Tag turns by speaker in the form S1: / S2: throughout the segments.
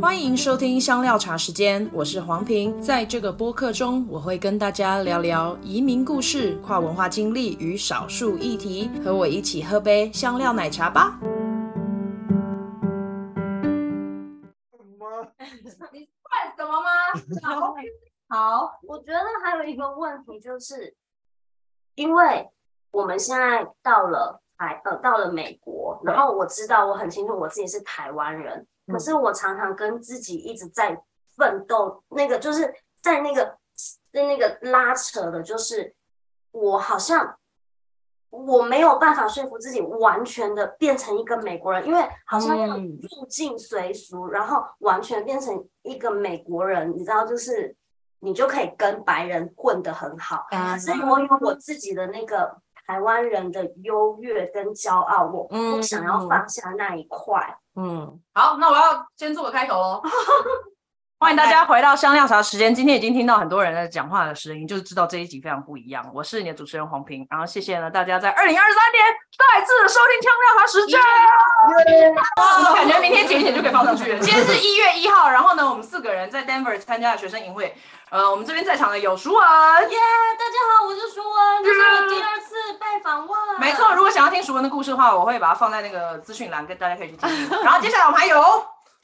S1: 欢迎收听香料茶时间，我是黄平。在这个播客中，我会跟大家聊聊移民故事、跨文化经历与少数议题。和我一起喝杯香料奶茶吧。
S2: 吗？
S3: 你算什 么吗？好，好，
S4: 我觉得还有一个问题就是，因为我们现在到了台呃到了美国，然后我知道我很清楚我自己是台湾人，
S1: 嗯
S4: 可是我常常跟自己一直在奋斗，那个就是在那个在那个拉扯的，就是我好像。我没有办法说服自己完全的变成一个美国人，因为好像要
S1: 嗯
S4: 入境随俗，然后完全变成一个美国人，你知道，就是你就可以跟白人混得很好。所以我有我自己的那个台湾人的优越跟骄傲，我不想要放下那一块。
S1: 嗯，
S3: 好，那我要先做个开头哦。
S4: 啊
S1: 欢迎大家回到香料茶时间。今天已经听到很多人在讲话的声音，就知道这一集非常不一样。我是你的主持人黄平，然后谢谢呢大家在二零二三年再次收听香料茶时间。我感觉明天剪一剪就可以放上去了。今天是一月一号，然后呢，我们四个人在 Denver 参加了学生营会。呃，我们这边在场的有熟文，
S4: 耶大家好，我是舒文，这是我第二次被访问。
S1: 没错。如果想要听熟文的故事的话，我会把它放在那个资讯栏，跟大家可以去听听。然后接下来我们还有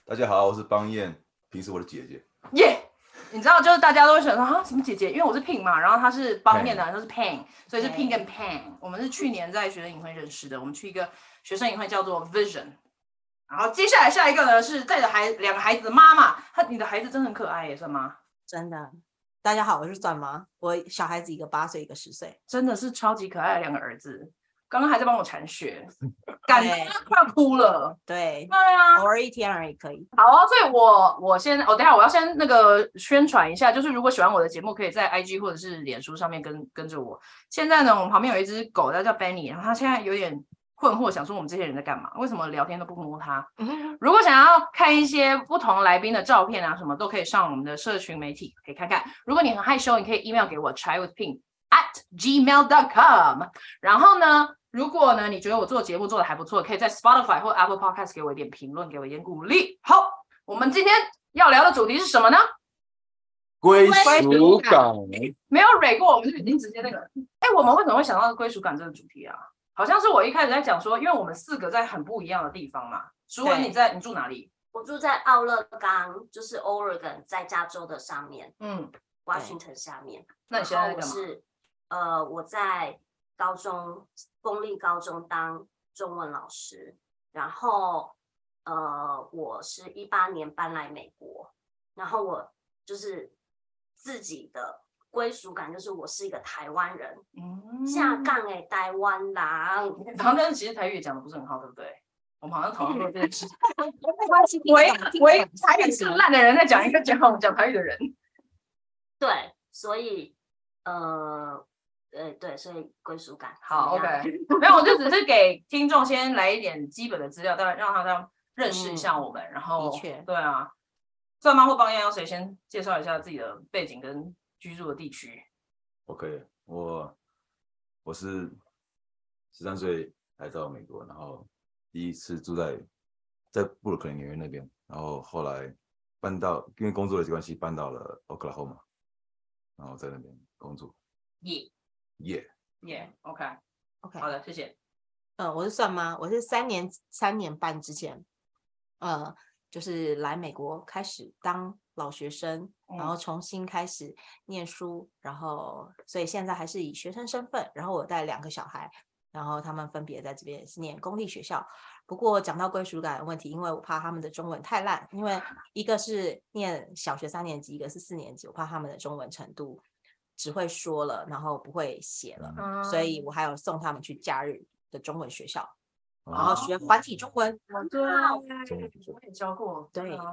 S2: 大家好，我是邦彦，平时我的姐姐。
S1: 耶。你知道，就是大家都会想说啊，什么姐姐？因为我是 Pin 嘛，然后她是帮面的，她是 Pan，所以是 Pin 跟 Pan。我们是去年在学生营会认识的，我们去一个学生营会叫做 Vision。然后接下来下一个呢是带着孩两个孩子的妈妈，她你的孩子真的很可爱耶，算吗？
S5: 真的。大家好，我是转妈，我小孩子一个八岁，一个十岁。
S1: 真的是超级可爱的两个儿子，刚刚还在帮我铲雪，感
S5: 对
S1: 动到快要哭了。
S5: 对，
S1: 对啊，
S5: 偶尔一天而已可以。
S1: 好啊，所以我我先，我、哦、等一下我要先那个宣传一下，就是如果喜欢我的节目，可以在 IG 或者是脸书上面跟跟着我。现在呢，我们旁边有一只狗，它叫 Benny，然后它现在有点困惑，想说我们这些人在干嘛？为什么聊天都不摸它？如果想要看一些不同来宾的照片啊，什么都可以上我们的社群媒体可以看看。如果你很害羞，你可以 email 给我 try with pink at gmail.com。然后呢，如果呢你觉得我做节目做的还不错，可以在 Spotify 或 Apple Podcast 给我一点评论，给我一点鼓励。好，我们今天要聊的主题是什么呢？
S6: 归
S1: 属
S6: 属感，
S1: 没有蕊过，我们就已经直接那个。哎，我们为什么会想到归属感这个主题啊？好像是我一开始在讲说，因为我们四个在很不一样的地方嘛。舒文，
S5: 对
S1: 你在你住哪里？
S4: 我住在奥勒冈，就是 Oregon，在加州的上面
S1: 嗯，
S4: ，Washington 下面。
S1: 那你现在在
S4: 然后我
S1: 干嘛？
S4: 是呃，我在高中公立高中当中文老师，然后呃，我是一八年搬来美国，然后我就是自己的归属感就是我是一个台湾人，
S1: 嗯
S4: 下杠哎，台湾人。
S1: 然后，但是其实台语也讲的不是很好，对不对？我们好像讨论过这件 事。
S5: 没关系，
S1: 唯唯台语是烂的人在讲一个讲 讲台语的人。
S4: 对，所以呃呃对，所以归属感怎
S1: 好
S4: 么样
S1: ，OK，没有，我就只是给听众先来一点基本的资料，当然让他们认识一下我们。然后，
S5: 的确
S1: 对啊，算妈或帮要谁先介绍一下自己的背景跟居住的地区？
S2: OK，我我是十三岁来到美国，然后第一次住在在布鲁克林纽约那边，然后后来搬到因为工作的关系搬到了 Oklahoma，然后在那边工作。
S1: 耶
S2: 耶、
S1: 耶，OK，
S5: OK，
S1: 好的，谢谢。
S5: 呃，我是算妈，我是三年三年半之前，呃，就是来美国开始当老学生，然后重新开始念书，然后所以现在还是以学生身份，然后我带两个小孩，然后他们分别在这边是念公立学校。不过讲到归属感的问题，因为我怕他们的中文太烂，因为一个是念小学三年级，一个是四年级，我怕他们的中文程度只会说了，然后不会写了。所以我还有送他们去假日的中文学校，然后学繁体中文。
S1: 对，
S2: 中文
S1: 我也教过，
S5: 对
S1: 啊。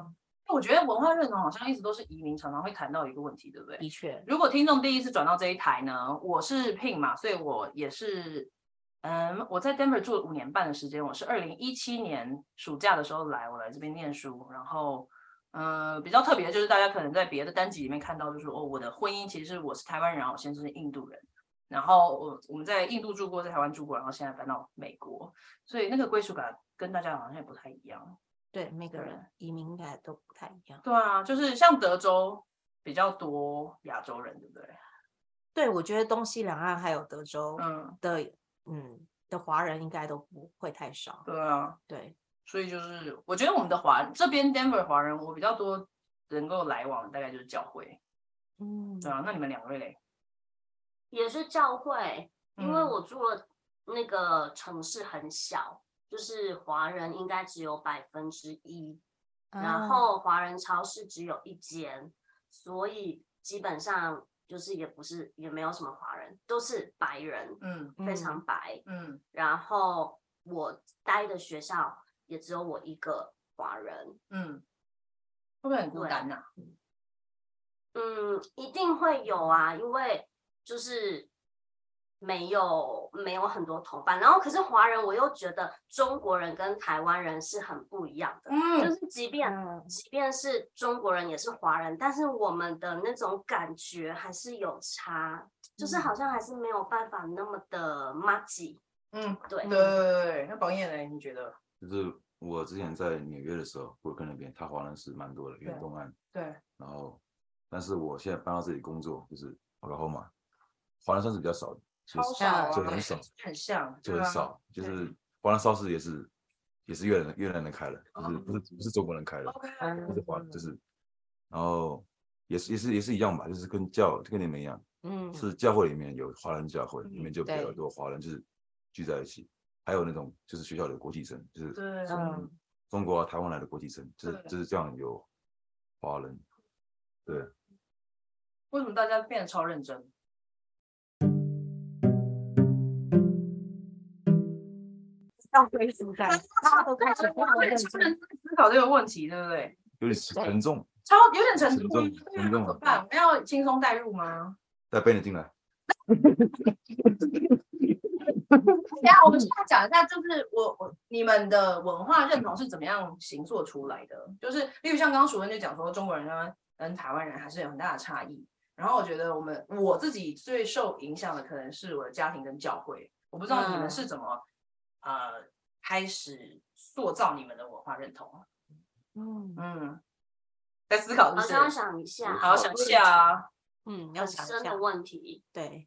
S1: 因为我觉得文化认同好像一直都是移民常常会谈到一个问题，对不对？
S5: 的确，
S1: 如果听众第一次转到这一台呢，我是 Pin 嘛，所以我也是，嗯，我在 Denver 住了五年半的时间，我是二零一七年暑假的时候来，我来这边念书，然后，呃，比较特别的就是大家可能在别的单集里面看到，就是哦，我的婚姻其实是我是台湾人，然后我先生是印度人，然后我我们在印度住过，在台湾住过，然后现在搬到美国，所以那个归属感跟大家好像也不太一样。
S5: 对每个
S1: 对
S5: 人移民应该都不太一样。
S1: 对啊，就是像德州比较多亚洲人，对不对？
S5: 对，我觉得东西两岸还有德州
S1: 嗯，
S5: 的，嗯，的华人应该都不会太少。
S1: 对啊，
S5: 对，
S1: 所以就是我觉得我们的华这边 Denver 华人，我比较多能够来往，大概就是教会。
S5: 嗯，
S1: 对啊，那你们两位嘞？
S4: 也是教会，因为
S1: 嗯
S4: 我住的那个城市很小，就是华人应该只有百分之一，
S5: 啊
S4: 然后华人超市只有一间，所以基本上就是也不是也没有什么华人，都是白人，
S1: 嗯
S4: 非常白。
S1: 嗯
S4: 然后我待的学校也只有我一个华人，
S1: 嗯，会不会很孤
S4: 对
S1: 单呐、
S4: 嗯，一定会有啊，因为就是没有没有很多同伴，然后可是华人，我又觉得中国人跟台湾人是很不一样的，就
S1: 嗯，
S4: 是即便
S5: 嗯
S4: 即便是中国人也是华人，但是我们的那种感觉还是有差，就是好像还是没有办法那么的 m a
S1: 嗯，
S4: 对，呃
S1: 对。那宝燕嘞，你觉得？
S2: 就是我之前在纽约的时候，布鲁克林那边，他华人是蛮多的，因为
S1: 对
S2: 东岸。
S1: 对，
S2: 然后，但是我现在搬到这里工作，就是然后嘛，华人算是比较少的，就
S1: 超
S2: 是
S1: 少啊，
S2: 就很少，
S1: 很像，
S2: 就
S1: 对
S2: 很
S1: 啊
S2: 少，就
S1: 对
S2: 是华人超市也是也是越南越南人开的，就是
S1: 哦嗯
S2: 不是不是中国人开的，
S1: OK，啊
S2: 不是华人，就是，然后也是也是也是一样吧，就是跟教跟你们一样，
S5: 嗯，
S2: 是教会里面有华人教会，里
S1: 嗯
S2: 面就比较
S5: 对
S2: 多华人，就是聚在一起。还有那种就是学校的国际生，就是
S1: 对啊
S5: 嗯
S2: 从中国啊、台湾来的国际生，就是
S1: 对
S2: 就是这样有华人。对，
S1: 为什么大家变得超认真？
S5: 到归属感，大家都开始不认
S1: 超认
S5: 真。
S1: 真思考这个问题，对不对？
S2: 有点沉重。
S1: 超有点沉
S2: 沉
S1: 重，对啊，
S2: 重沉
S1: 那
S2: 重
S1: 怎么办？我们要轻松带入吗？
S2: 再背你进来，
S1: 等一下，我们现在讲一下，就是我我你们的文化认同是怎么样形塑出来的？就是例如像刚刚淑文就讲说，中国人啊跟台湾人还是有很大的差异。然后我觉得我们我自己最受影响的可能是我的家庭跟教会，我不知道你们
S5: 嗯
S1: 是怎么、呃开始塑造你们的文化认同。啊
S5: 嗯
S1: 嗯，在思考
S4: 好
S1: 是
S4: 像
S1: 不
S4: 要
S1: 是？
S4: 想一下，
S1: 好，想一下啊。
S5: 嗯，要
S4: 很
S5: 想
S4: 深
S5: 一下
S4: 的，问题。
S5: 对，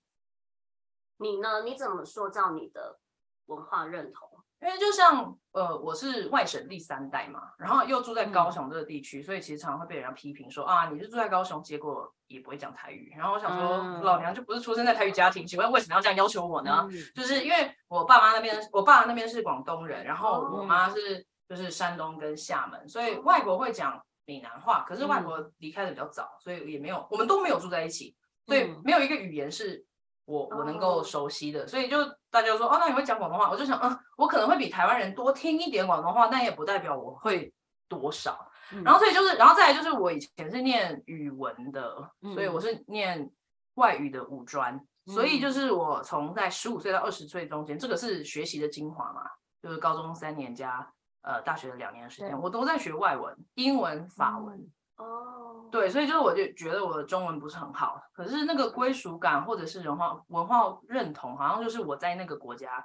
S4: 你呢？你怎么塑造你的文化认同？
S1: 因为就像呃，我是外省第三代嘛，然后又住在高雄这个地区，所以其实常常会被人家批评说啊，你是住在高雄，结果也不会讲台语。然后我想说，
S5: 嗯
S1: 老娘就不是出生在台语家庭，请问为什么要这样要求我呢？
S5: 嗯
S1: 就是因为我爸妈那边，我爸那边是广东人，然后我
S5: 哦
S1: 妈是就是山东跟厦门，所以外国会讲闽南话，可是
S5: 嗯
S1: 外国离开的比较早，所以也没有，我们都没有住在一起，所以
S5: 嗯
S1: 没有一个语言是我我能够
S4: 哦
S1: 熟悉的，所以就大家就说哦，那你会讲广东话？我就想，嗯，我可能会比台湾人多听一点广东话，但也不代表我会多少。
S5: 嗯
S1: 然后所以就是，然后再来就是我以前是念语文的，所以我
S5: 嗯
S1: 是念外语的五专，所以就
S5: 嗯
S1: 是我从在十五岁到二十岁中间，这个是学习的精华嘛，就是高中三年加呃大学的两年的时间，
S5: 对嗯
S1: 我都在学外文、英文、法文。
S4: 哦，
S1: 对，所以就是我就觉得我的中文不是很好，可是那个归属感或者是文化文化认同，好像就是我在那个国家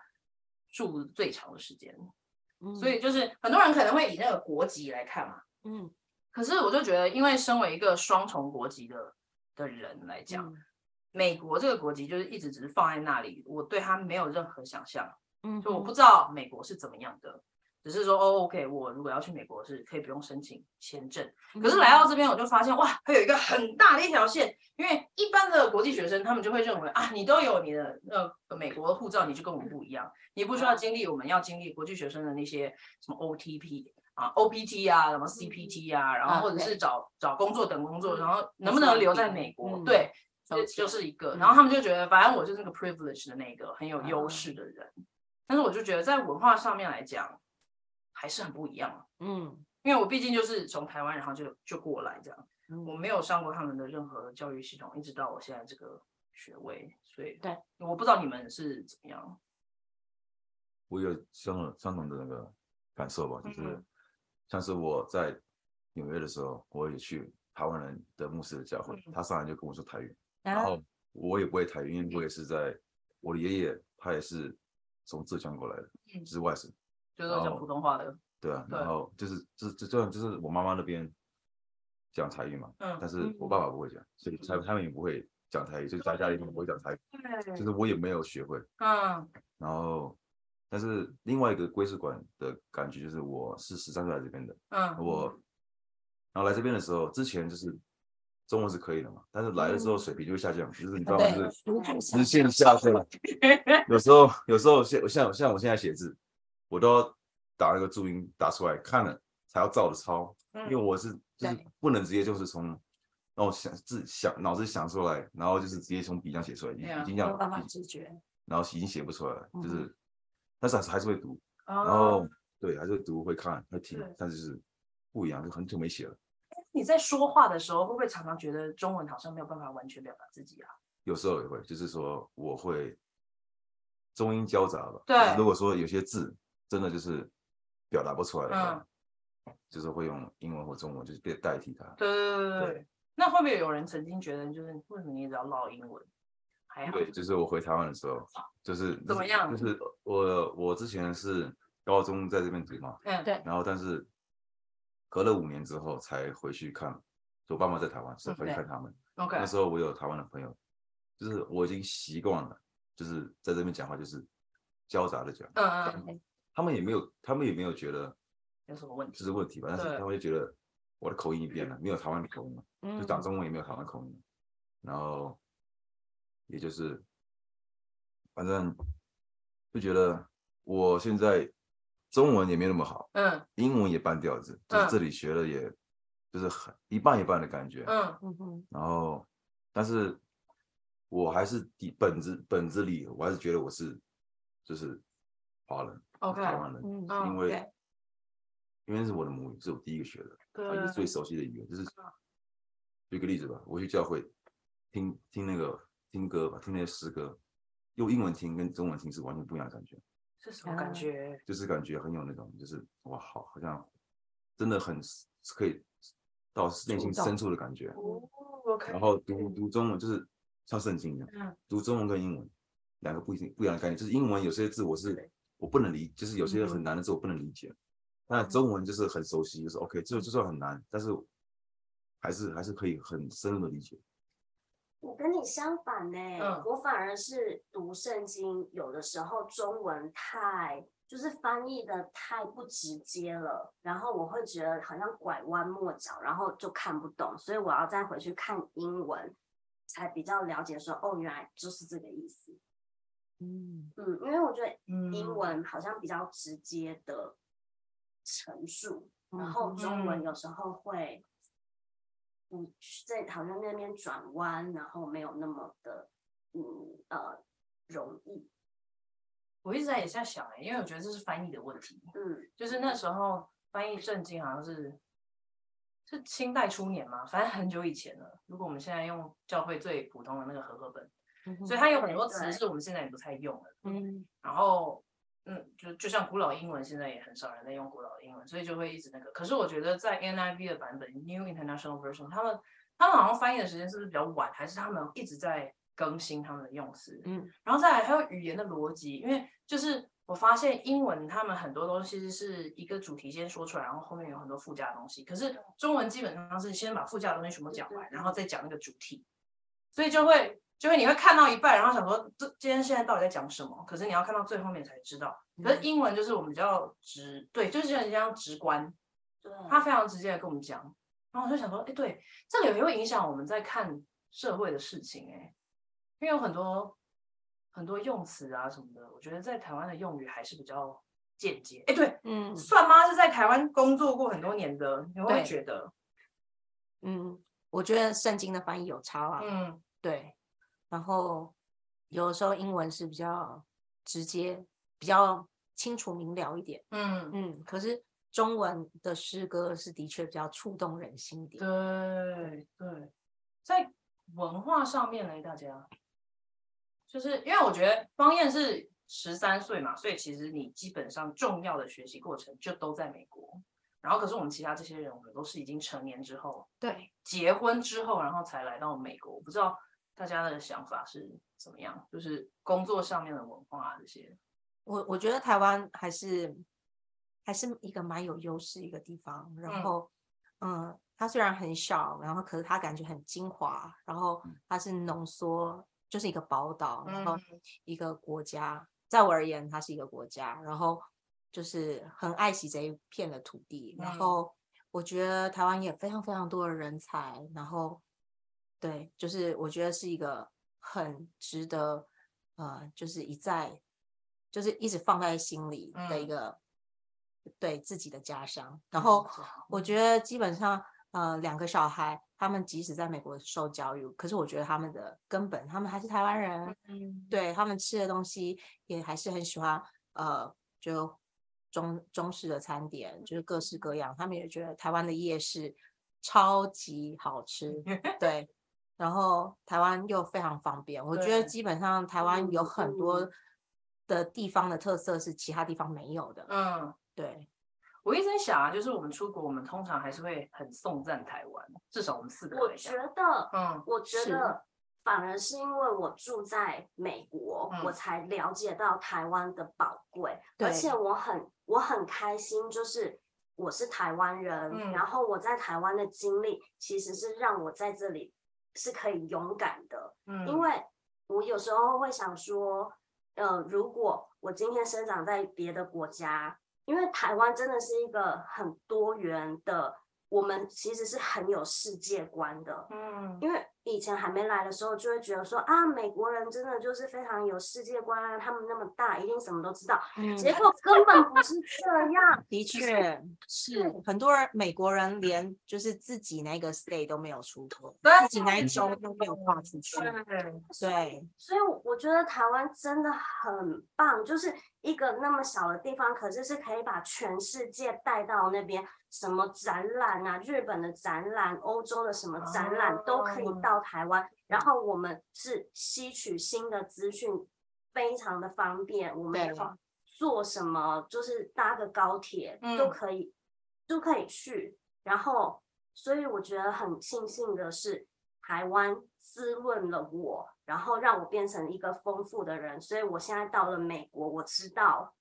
S1: 住最长的时间，
S5: 嗯
S1: 所以就是很多人可能会以那个国籍来看嘛。
S5: 嗯
S1: 可是我就觉得，因为身为一个双重国籍的的人来讲，
S5: 嗯
S1: 美国这个国籍就是一直只是放在那里，我对他没有任何想象，
S5: 嗯，
S1: 就我不知道美国是怎么样的，只是说哦，OK，我如果要去美国是可以不用申请签证。
S5: 嗯，
S1: 可是来到这边，我就发现哇，还有一个很大的一条线，因为一般的国际学生他们就会认为啊，你都有你的呃美国的护照，你就跟我们不一样，你不需要经历我们要经历国际学生的那些什么 OTP 啊、OPT 啊、什么 CPT 啊，然后或者
S5: 对
S1: 是找找工作等嗯工作，然后能不
S5: 还是
S1: 能
S5: 要
S1: 留
S5: 避
S1: 在
S5: 免
S1: 美国？
S5: 嗯
S1: 对，
S5: 了
S1: 这
S5: 解
S1: 就是一个。
S5: 嗯
S1: 然后他们就觉得，反正我就是那个 privilege 的那个很有优
S5: 啊
S1: 势的人，但是我就觉得在文化上面来讲，还是很不一样。
S5: 嗯，
S1: 因为我毕竟就是从台湾，然后就就过来这样，
S5: 嗯
S1: 我没有上过他们的任何教育系统，一直到我现在这个学位，所以
S5: 对，
S1: 我不知道你们是怎么样，
S2: 我有相同相同的那个感受吧，就是
S1: 嗯
S2: 像是我在纽约的时候，我也去台湾人的牧师的教会，
S1: 嗯
S2: 他上来就跟我说台语，然
S5: 啊
S2: 后我也不会台语，因为我也是在我的爷爷他也是从浙江过来的，
S1: 嗯
S2: 就是外省，
S1: 就是讲
S2: 哦
S1: 普通话的，
S2: 对啊，
S1: 对
S2: 然后就是就是就就就是我妈妈那边讲台语嘛，
S1: 嗯，
S2: 但是我爸爸不会讲，所以他他们也不会讲台语，就是在家里他们不会讲台语，
S1: 对，
S2: 就是我也没有学会。
S1: 嗯
S2: 然后，但是另外一个归属馆的感觉就是我是十三岁来这边的，
S1: 嗯，
S2: 我，然后来这边的时候，之前就是中文是可以的嘛，但是来了之后水平就会下降，就是你知道吗？
S5: 对
S2: 就是直线下降。有时候有时候像像像我现在写字，我都要打那个注音打出来，看了才要照着抄，因为我是就是
S5: 对
S2: 不能直接就是从。然后想自想脑子想出来，然后就是直接从笔上写出来，已
S1: 对啊
S2: 已经这
S5: 没
S2: 样，
S5: 有
S2: 嗯
S5: 办法直觉，
S2: 然后已经写不出来了，就
S5: 嗯
S2: 是，但是还是还是会读，
S1: 然
S2: 然后对，还是会读会看会听
S1: 哦对，
S2: 但是就是不一样，就很久没写了。
S1: 你在说话的时候，会不会常常觉得中文好像没有办法完全表达自己啊？
S2: 有时候也会，就是说我会中英交杂吧。就
S1: 对
S2: 是如果说有些字真的就是表达不出来的话，就是会用英文或中文就是代代替它。
S1: 嗯对对对对对
S2: 对。
S1: 那会不会有人曾经觉得，就是为什么你只要唠英文？还好，
S2: 对，就是我回台湾的时候，就是
S1: 怎么样
S2: 就是我我之前是高中在这边读嘛，
S1: 嗯，
S5: 对
S2: 然后但是隔了五年之后才回去看，就我爸妈在台湾，所以回去
S1: 嗯对
S2: 看他们。
S1: ，OK，嗯
S2: 那时候我有台湾的朋友，就是我已经习惯了，就是在这边讲话就是交杂的讲，
S1: 嗯嗯，嗯
S2: 他们也没有，他们也没有觉得
S1: 有什么问
S2: 这
S1: 题？
S2: 是问题吧，但是
S1: 对
S2: 他们就觉得我的口音变了，没有台湾的口音了，就
S5: 嗯
S2: 讲中文也没有台湾口音了，然后也就是反正就觉得我现在中文也没那么好，
S1: 嗯
S2: 英文也半吊子，就是
S1: 嗯
S2: 这里学了也就是很一半一半的感觉，
S1: 嗯
S5: 嗯哼，
S2: 然后，但是我还是底本质本质里，我还是觉得我是就是华人
S1: ，OK，
S2: 台湾人，
S5: 嗯
S1: 嗯
S2: 因为
S5: 对
S2: 因为是我的母语，是我第一个学的，啊也是最
S1: 对，
S2: 熟悉的语言。就是举个例子吧，我去教会听听那个听歌吧，听那些诗歌，用英文听跟中文听是完全不一样的感觉，
S1: 是什么感
S5: 嗯
S1: 觉？
S2: 就是感觉很有那种就是哇，好好像真的很是可以到内心
S5: 触动
S2: 深处的感觉。
S1: 哦，OK，
S2: 然后读读中文就是像圣经一样，
S1: 嗯
S2: 读中文跟英文两个不一定不一样的概念，就是英文有些字我是我不能理，就是有些很难的字我不能理解，但中文就是很熟悉，就是 OK，就就算很难，但是还是还是可以很深入的理解。
S4: 我跟你相反呢、
S1: 嗯
S4: 我反而是读圣经，有的时候中文太就是翻译的太不直接了，然后我会觉得好像拐弯抹角，然后就看不懂，所以我要再回去看英文，才比较了解说哦，原来就是这个意思。
S5: 嗯
S4: 嗯，因为我觉得
S1: 嗯
S4: 英文好像比较直接的陈述，然后
S5: 嗯
S4: 中文
S1: 嗯
S4: 有时候会，嗯，在好像那边转弯，然后没有那么的，嗯呃容易，
S1: 我一直在也在想、欸，因为我觉得这是翻译的问题，
S4: 嗯，
S1: 就是那时候翻译圣经好像是是清代初年嘛，反正很久以前了。如果我们现在用教会最普通的那个和合本，
S5: 嗯哼
S1: 所以它有很多词
S4: 对
S1: 是我们现在也不太用了。
S5: 嗯
S1: 然后，嗯，就就像古老英文，现在也很少人在用古老英文，所以就会一直那个。可是我觉得在 NIV 的版本 New International Version，他们他们好像翻译的时间是不是比较晚，还是他们一直在更新他们的用词？
S5: 嗯，
S1: 然后再来还有语言的逻辑，因为就是我发现英文他们很多东西是一个主题先说出来，然后后面有很多附加的东西。可是中文基本上是先把附加的东西全部讲完，然后再讲那个主题，所以就会就会你会看到一半，然后想说这今天现在到底在讲什么？可是你要看到最后面才知道。可是英文就是我们比较直，对，就是很像直观，
S4: 对，
S1: 他非常直接的跟我们讲，然后我就想说，哎，对，这个也会影响我们在看社会的事情、哎，因为有很多很多用词啊什么的，我觉得在台湾的用语还是比较间接。哎，对，
S5: 嗯
S1: 算妈是在台湾工作过很多年的，你会
S5: 对
S1: 觉得，
S5: 嗯，我觉得圣经的翻译有差啦，
S1: 嗯
S5: 对，然后有的时候英文是比较直接、比较清楚明了一点，
S1: 嗯，
S5: 嗯，可是中文的诗歌是的确比较触动人心一点，
S1: 对对，在文化上面呢，大家就是因为我觉得方燕是十三岁嘛，所以其实你基本上重要的学习过程就都在美国。然后，可是我们其他这些人，我们都是已经成年之后，
S5: 对，
S1: 结婚之后，然后才来到美国。我不知道大家的想法是怎么样，就是工作上面的文化啊这些。
S5: 我我觉得台湾还是还是一个蛮有优势一个地方。
S1: 嗯
S5: 然后，嗯，它虽然很小，然后可是它感觉很精华，然后
S2: 嗯
S5: 它是浓缩，就是一个宝岛，然后
S1: 嗯
S5: 一个国家。在我而言，它是一个国家，然后就是很爱惜这一片的土地，然
S1: 嗯
S5: 后我觉得台湾也非常非常多的人才，然后对，就是我觉得是一个很值得呃，就是一再就是一直放在心里的一
S1: 嗯
S5: 个、对自己的家乡。然后我觉得基本上呃，两个小孩他们即使在美国受教育，可是我觉得他们的根本，他们还是台湾人，对他们吃的东西也还是很喜欢呃，就中中式的餐点，就是各式各样。他们也觉得台湾的夜市超级好 吃，对。然后台湾又非常方便，我觉得
S1: 对
S5: 基本上台湾有
S4: 嗯
S5: 很多
S4: 嗯
S5: 的地方的特色是其他地方没有的，
S1: 嗯，
S5: 对，
S1: 我一直在想啊，就是我们出国，我们通常还是会很颂赞台湾，至少我们四个
S4: 我
S1: 来
S4: 觉
S1: 讲，
S4: 得，
S1: 嗯
S4: 我觉
S5: 是
S4: 得反而是因为我住在美国，
S1: 嗯
S4: 我才了解到台湾的宝贵，而
S5: 对
S4: 且我很我很开心，就是我是台湾人，
S1: 嗯
S4: 然后我在台湾的经历其实是让我在这里是可以勇敢的，
S1: 嗯，
S4: 因为我有时候会想说，呃，如果我今天生长在别的国家，因为台湾真的是一个很多元的，我们其实是很有世界观的，
S1: 嗯
S4: 因为以前还没来的时候，就会觉得说啊，美国人真的就是非常有世界观啊，他们那么大，一定什么都知道。
S5: 嗯
S4: 结果根本不是这样，
S5: 的确是很多人美国人连就是自己那个 state 都没有出过，自己那一州都没有跨出去，
S1: 对，
S5: 对，
S4: 所以我觉得台湾真的很棒，就是一个那么小的地方，可是是可以把全世界带到那边，什么展览啊，日本的展览、欧洲的什么展览、
S3: 哦
S4: 都可以到台湾，然后我们是吸取新的资讯，非常的方便，我们
S5: 对
S4: 要做什么，就是搭个高铁、都
S1: 嗯
S4: 可以，都可以去，然后。所以我觉得很庆幸的是，台湾滋润了我，然后让我变成一个丰富的人。所以我现在到了美国，我知道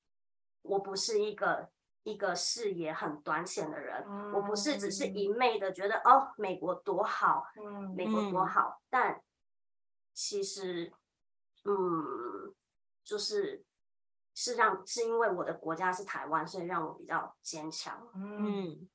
S4: 我不是一个一个视野很短浅的人，我不是只是一昧的觉得哦，美国多好，
S1: 嗯
S4: 美国多
S5: 嗯
S4: 好，但其实，嗯，就是是让是因为我的国家是台湾，所以让我比较坚强。
S1: 嗯，
S5: 嗯，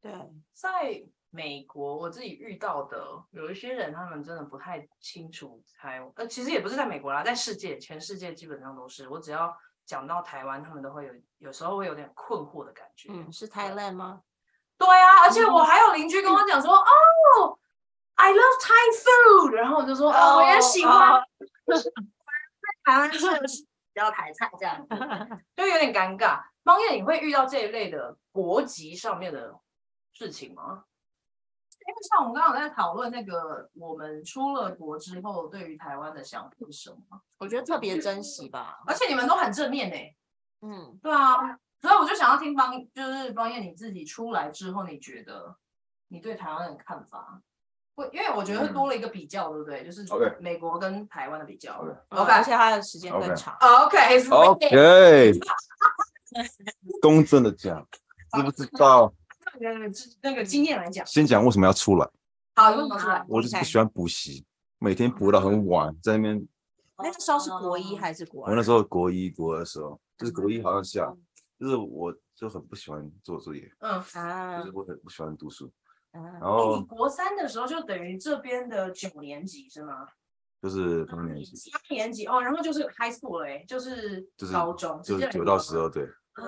S5: 对，
S1: 在美国，我自己遇到的有一些人，他们真的不太清楚台，呃，其实也不是在美国啦，在世界，全世界基本上都是。我只要讲到台湾，他们都会有，有时候会有点困惑的感觉。
S5: 嗯，是 Thailand 吗？
S1: 对啊，而且我还有邻居跟我讲说，哦，I love Thai food，然后我就说，哦，我也喜欢，
S4: 台湾是比较台菜这样 子。
S1: 就有点尴尬。方燕，你会遇到这一类的国籍上面的事情吗？因为像我们刚刚有在讨论那个，我们出了国之后对于台湾的想法是什么，
S5: 我觉得特别珍惜吧，
S1: 而且你们都很正面呢、
S5: 嗯，
S1: 对啊，所以我就想要听方，就是方燕你自己出来之后，你觉得你对台湾的看法？会，因为我觉得
S2: 嗯
S1: 多了一个比较，对不对？就是
S2: OK
S1: 美国跟台湾的比较。
S2: OK
S5: 嗯而
S1: OK 哦
S5: 且它的时间更
S2: OK
S5: 长，
S1: OK，
S2: OK，公正的讲，知不知道？
S1: 那个经验来讲，
S2: 先讲为什么要出来，
S1: 好，你问我出来。
S2: 我就是不
S5: OK
S2: 喜欢补习，每天补到
S1: 嗯
S2: 很晚，在那边。
S5: 那个时候是国一
S4: 哦
S5: 还是国
S2: 我
S5: 二？
S2: 那时候国一、国二的时候，就是国一好像下，就是我就很不喜欢做作业，
S1: 嗯，
S5: 啊
S2: 就是，我很不喜欢读书，
S5: 啊
S2: 然
S1: 哎你
S2: 后
S1: 国三的时候就等于这边的九年级是吗？
S2: 就是八年级，
S1: 八年级哦，然后就是 high school 了哎，就是
S2: 就是
S1: 高中，
S2: 就
S1: 直接
S2: 是
S1: 来
S2: 九
S1: 高
S2: 到
S1: 中
S2: 十。二，对
S1: 啊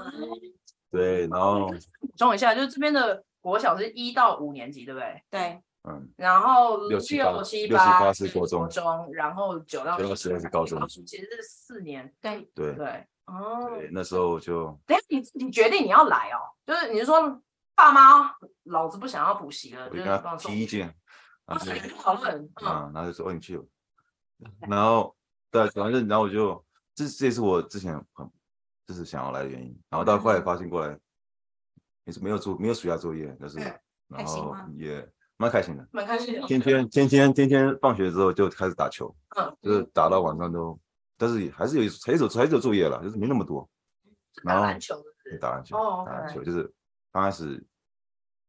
S2: 对，然后
S1: 补充一下，就是这边的国小是一到五年级，对不对？
S5: 对，
S2: 嗯，
S1: 然后
S2: 六七八
S1: 七
S2: 六七八
S1: 是
S2: 是国中
S1: 中，然后九到
S2: 九到
S1: 12
S2: 12是高中
S1: 其实是四年，
S2: 对
S1: 对，哦，
S2: 对，那时候就
S1: 等一下你自己决定你要来哦，就是你是说爸妈老子不想要补习了，
S2: 我
S1: 就
S2: 就是跟
S1: 放
S2: 他
S1: 松
S2: 提 意，见，
S1: 不
S2: 然后
S1: 是
S2: 就
S1: 你们讨论，啊嗯
S2: 啊，然后就说哦你去吧，然后对，啊反正然后我就这这也是我之前很就是想要来的原因，然后到后
S1: 嗯
S2: 来发现过来，也是没有做没有暑假作业，但是
S1: 嗯
S2: 然
S5: 开心
S2: 后
S5: 吗
S2: 也蛮开心的。
S1: 蛮开心的，
S2: 天天天天天天放学之后就开始打球，
S1: 嗯，
S2: 就是打到晚上都，但是也还是有还是有还是有作业了，就是没那么多。
S1: 打
S2: 然后
S1: 篮球的，
S2: 打篮球，
S1: 哦，OK
S2: 打篮球就是刚开始，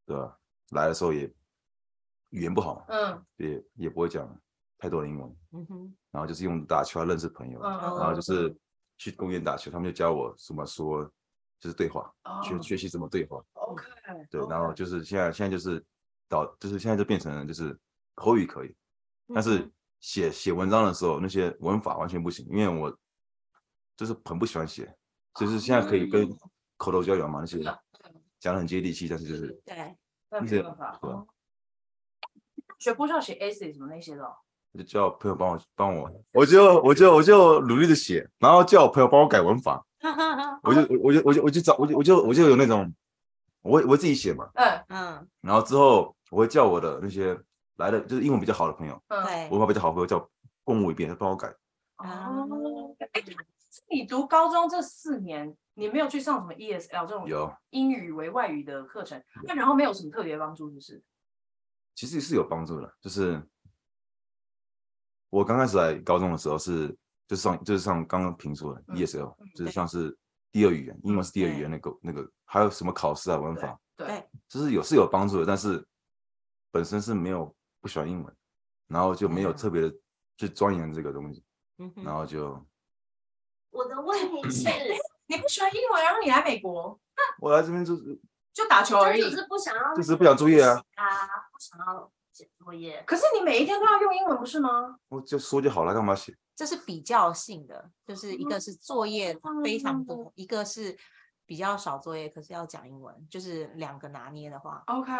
S2: 对吧？来的时候也语言不好，
S1: 嗯
S2: 也也不会讲太多的英文，
S5: 嗯哼，
S2: 然后就是用打球来认识朋友，
S1: 嗯嗯，
S2: 然后就是去公园打球，他们就教我怎么说，就是对话，学
S1: 哦
S2: 学习怎么对话。
S1: OK，
S2: 嗯对，
S1: OK
S2: 然后就是现在现在就是导，就是现在就变成了就是口语可以，但
S1: 嗯
S2: 是写写文章的时候那些文法完全不行，因为我就是很不喜欢写，就是现在可以跟口头交流嘛那些
S1: 哦是的
S2: 讲的很接地气，但是就是
S5: 对，
S1: 但
S2: 是
S1: 没办法，
S2: 对啊
S1: 哦学不需要写 essay 什么那些的哦，
S2: 就叫朋友帮我帮我，我就我就我就努力的写，然后叫我朋友帮我改文法，我就我就我就我就找我就我就我就有那种，我会我会自己写嘛，
S1: 嗯
S5: 嗯，
S2: 然后之后我会叫我的那些来的就是英文比较好的朋友。
S1: 嗯，
S5: 对，
S2: 文法比较好，朋友叫共我一遍，他帮我改。
S1: 哦，哎，你读高中这四年，你没有去上什么 ESL 这种
S2: 有，
S1: 英语为外语的课程，那然后没有什么特别帮助，就是
S2: 其实是有帮助的。就是我刚开始来高中的时候是，就上就是上刚刚评说的
S1: 嗯
S2: ESL，、就是
S5: 对
S2: 像是第二语言，英文是第二语
S5: 对
S2: 言那个那个，还有什么考试啊文法，
S1: 对
S5: 对，
S2: 就是有是有帮助的，但是本身是没有不喜欢英文，然后就没有
S5: 嗯
S2: 特别的去钻研这个东西，
S5: 嗯哼
S2: 然后就
S4: 我的问题是，
S1: 你不喜欢英文，然后你来美国
S2: 我来这边就是
S1: 就打球而已
S4: 就，是不想要，
S2: 就只是不想作业啊，
S4: 啊，不想要写作业。
S1: 可是你每一天都要用英文，不是吗？
S2: 我就说就好了，干嘛写？
S5: 这是比较性的，就是一个是作业
S1: 嗯
S5: 非常多，一个是比较少作业，可是要讲英文，就是两个拿捏的话，
S1: OK，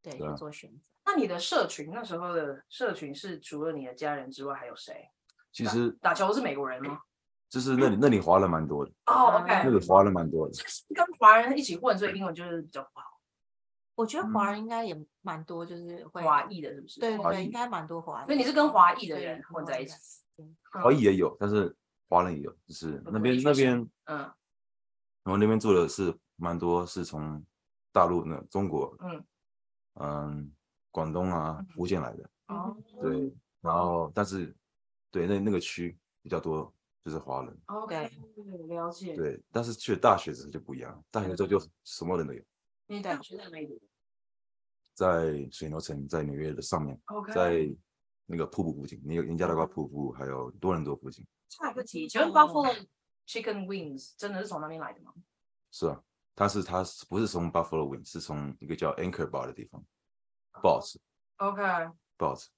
S5: 对，
S2: 对啊
S5: 要做选择。
S1: 那你的社群那时候的社群是除了你的家人之外还有谁？
S2: 其实
S1: 打球是美国人吗？
S2: 就是那里那里华人蛮多的，
S1: 哦
S5: 嗯
S2: 那
S1: ，OK，
S2: 里华人蛮多的。
S1: 跟华人一起混，所以英文就是比较不好，
S5: 我觉得华人应该也蛮多，就是
S1: 嗯
S5: 会
S1: 华，裔的是不是？
S5: 对对
S2: 华
S5: 对，
S2: 裔
S5: 应该蛮多华裔的。
S1: 所以你是跟华裔的
S5: 对
S1: 人混在一起。嗯
S2: 华裔也有，但是华人也有，就是那边
S1: 学
S2: 那边
S1: 嗯
S2: 我那边做的是蛮多，是从大陆那中国，
S1: 嗯
S2: 嗯，广东啊、福建来的，
S1: 哦
S2: 对，然后但是对那那个区比较多就是华人，
S1: 哦，OK，了解。
S2: 对，但是去了大学之后就不一样，大学之后就什么人都有，
S1: 你大学在哪里读
S2: 在水牛城，在纽约的上面，
S1: ？OK，
S2: 在那个瀑布附近，你有尼加拉瓜瀑布，还有多伦多附近，
S1: 差一个
S5: 嗯
S1: 题，请问 Buffalo Chicken Wings 真的是从那边来的吗？
S2: 是啊，他是他是不是从 Buffalo Wing，是从一个叫 Anchor Bar 的地方，Boss
S1: OK，
S2: Boss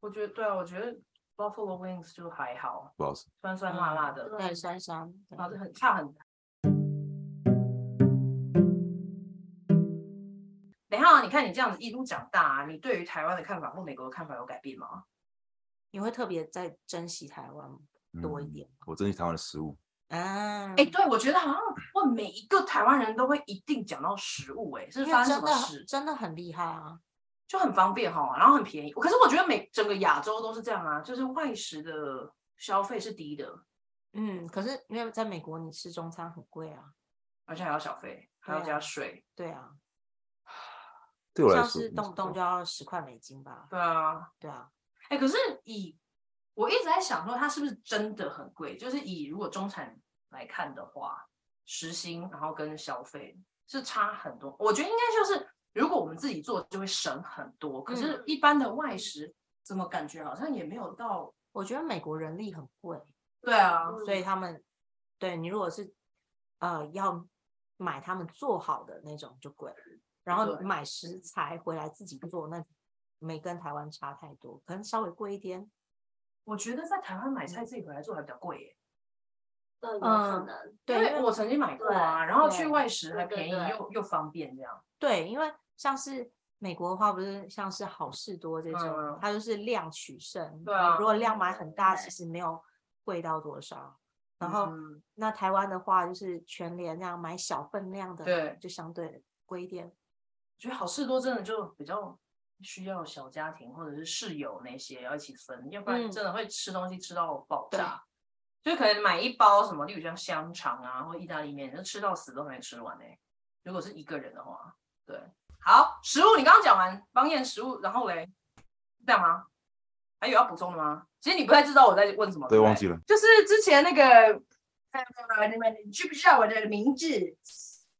S1: 我觉得对啊，我觉得 Buffalo Wings 就还好，
S2: Boss，
S1: 酸酸辣辣的，
S5: 嗯
S1: 啊
S5: 对，酸酸，
S1: 然后就很差很。等一下啊，你看你这样子一路长大啊，你对于台湾的看法或美国的看法有改变吗？
S5: 你会特别在珍惜台湾多一
S2: 嗯
S5: 点
S2: 我珍惜台湾的食物，
S5: 啊？
S1: 哎、对，我觉得好像问每一个台湾人都会一定讲到食物、哎，是
S5: 因为
S1: 发生什
S5: 真
S1: 么
S5: 的
S1: 事
S5: 很真的很厉害啊！
S1: 就很方便哈，然后很便宜。可是我觉得每整个亚洲都是这样啊，就是外食的消费是低的，
S5: 嗯，可是因为在美国，你吃中餐很贵啊。
S1: 而且还要小费，还要
S5: 对
S1: 加
S5: 啊
S1: 税。
S5: 对啊，
S2: 对我来
S5: 像
S2: 说
S5: 是
S2: 没
S5: 动
S2: 什
S5: 不
S2: 么
S5: 动
S2: 特
S5: 就要十块美金吧？
S1: 对啊，
S5: 对啊，
S1: 哎、可是以我一直在想说，它是不是真的很贵？就是以如果中产来看的话，时薪然后跟消费是差很多。我觉得应该就是，如果我们自己做就会省很多，可是一般的外食怎么感觉好像也没有到？
S5: 我觉得美国人力很贵，
S1: 对啊，
S5: 所以他们对你如果是呃要买他们做好的那种就贵，然后
S1: 对
S5: 你买食材回来自己做，那没跟台湾差太多，可能稍微贵一点。
S1: 我觉得在台湾买菜自己回来做还比较贵耶、
S4: 嗯，有可
S5: 嗯
S4: 能。
S1: 因
S5: 对，因
S1: 为
S5: 为
S1: 我曾经买过
S4: 对
S1: 啊，然后去
S5: 对
S1: 外食还
S4: 对
S1: 便
S4: 对
S1: 宜
S4: 对
S1: 又又方便这样。
S5: 对，因为像是美国的话，不是像是好事多这种，
S1: 嗯
S5: 它就是量取胜。
S1: 对
S5: 你
S1: 啊
S5: 如果量买很大，其
S4: 对
S5: 实没有贵到多少。然后
S1: 嗯
S5: 那台湾的话，就是全联那样买小分量的，
S1: 对
S5: 就相对贵一点。
S1: 觉得好事多真的就比较需要小家庭或者是室友那些要一起分，要不然
S5: 嗯
S1: 真的会吃东西吃到爆
S5: 对
S1: 炸。就可能买一包什么，例如像香肠啊或意大利面，就吃到死都没吃完呢、如果是一个人的话，对。好，食物你刚刚讲完，方燕食物，然后嘞，是这样吗？还有要补充的吗？其实你不太知道我在问什么，
S2: 对，
S1: 不
S2: 忘 记了。
S1: 就是之前那个，呃，你们你知不知道我的名字？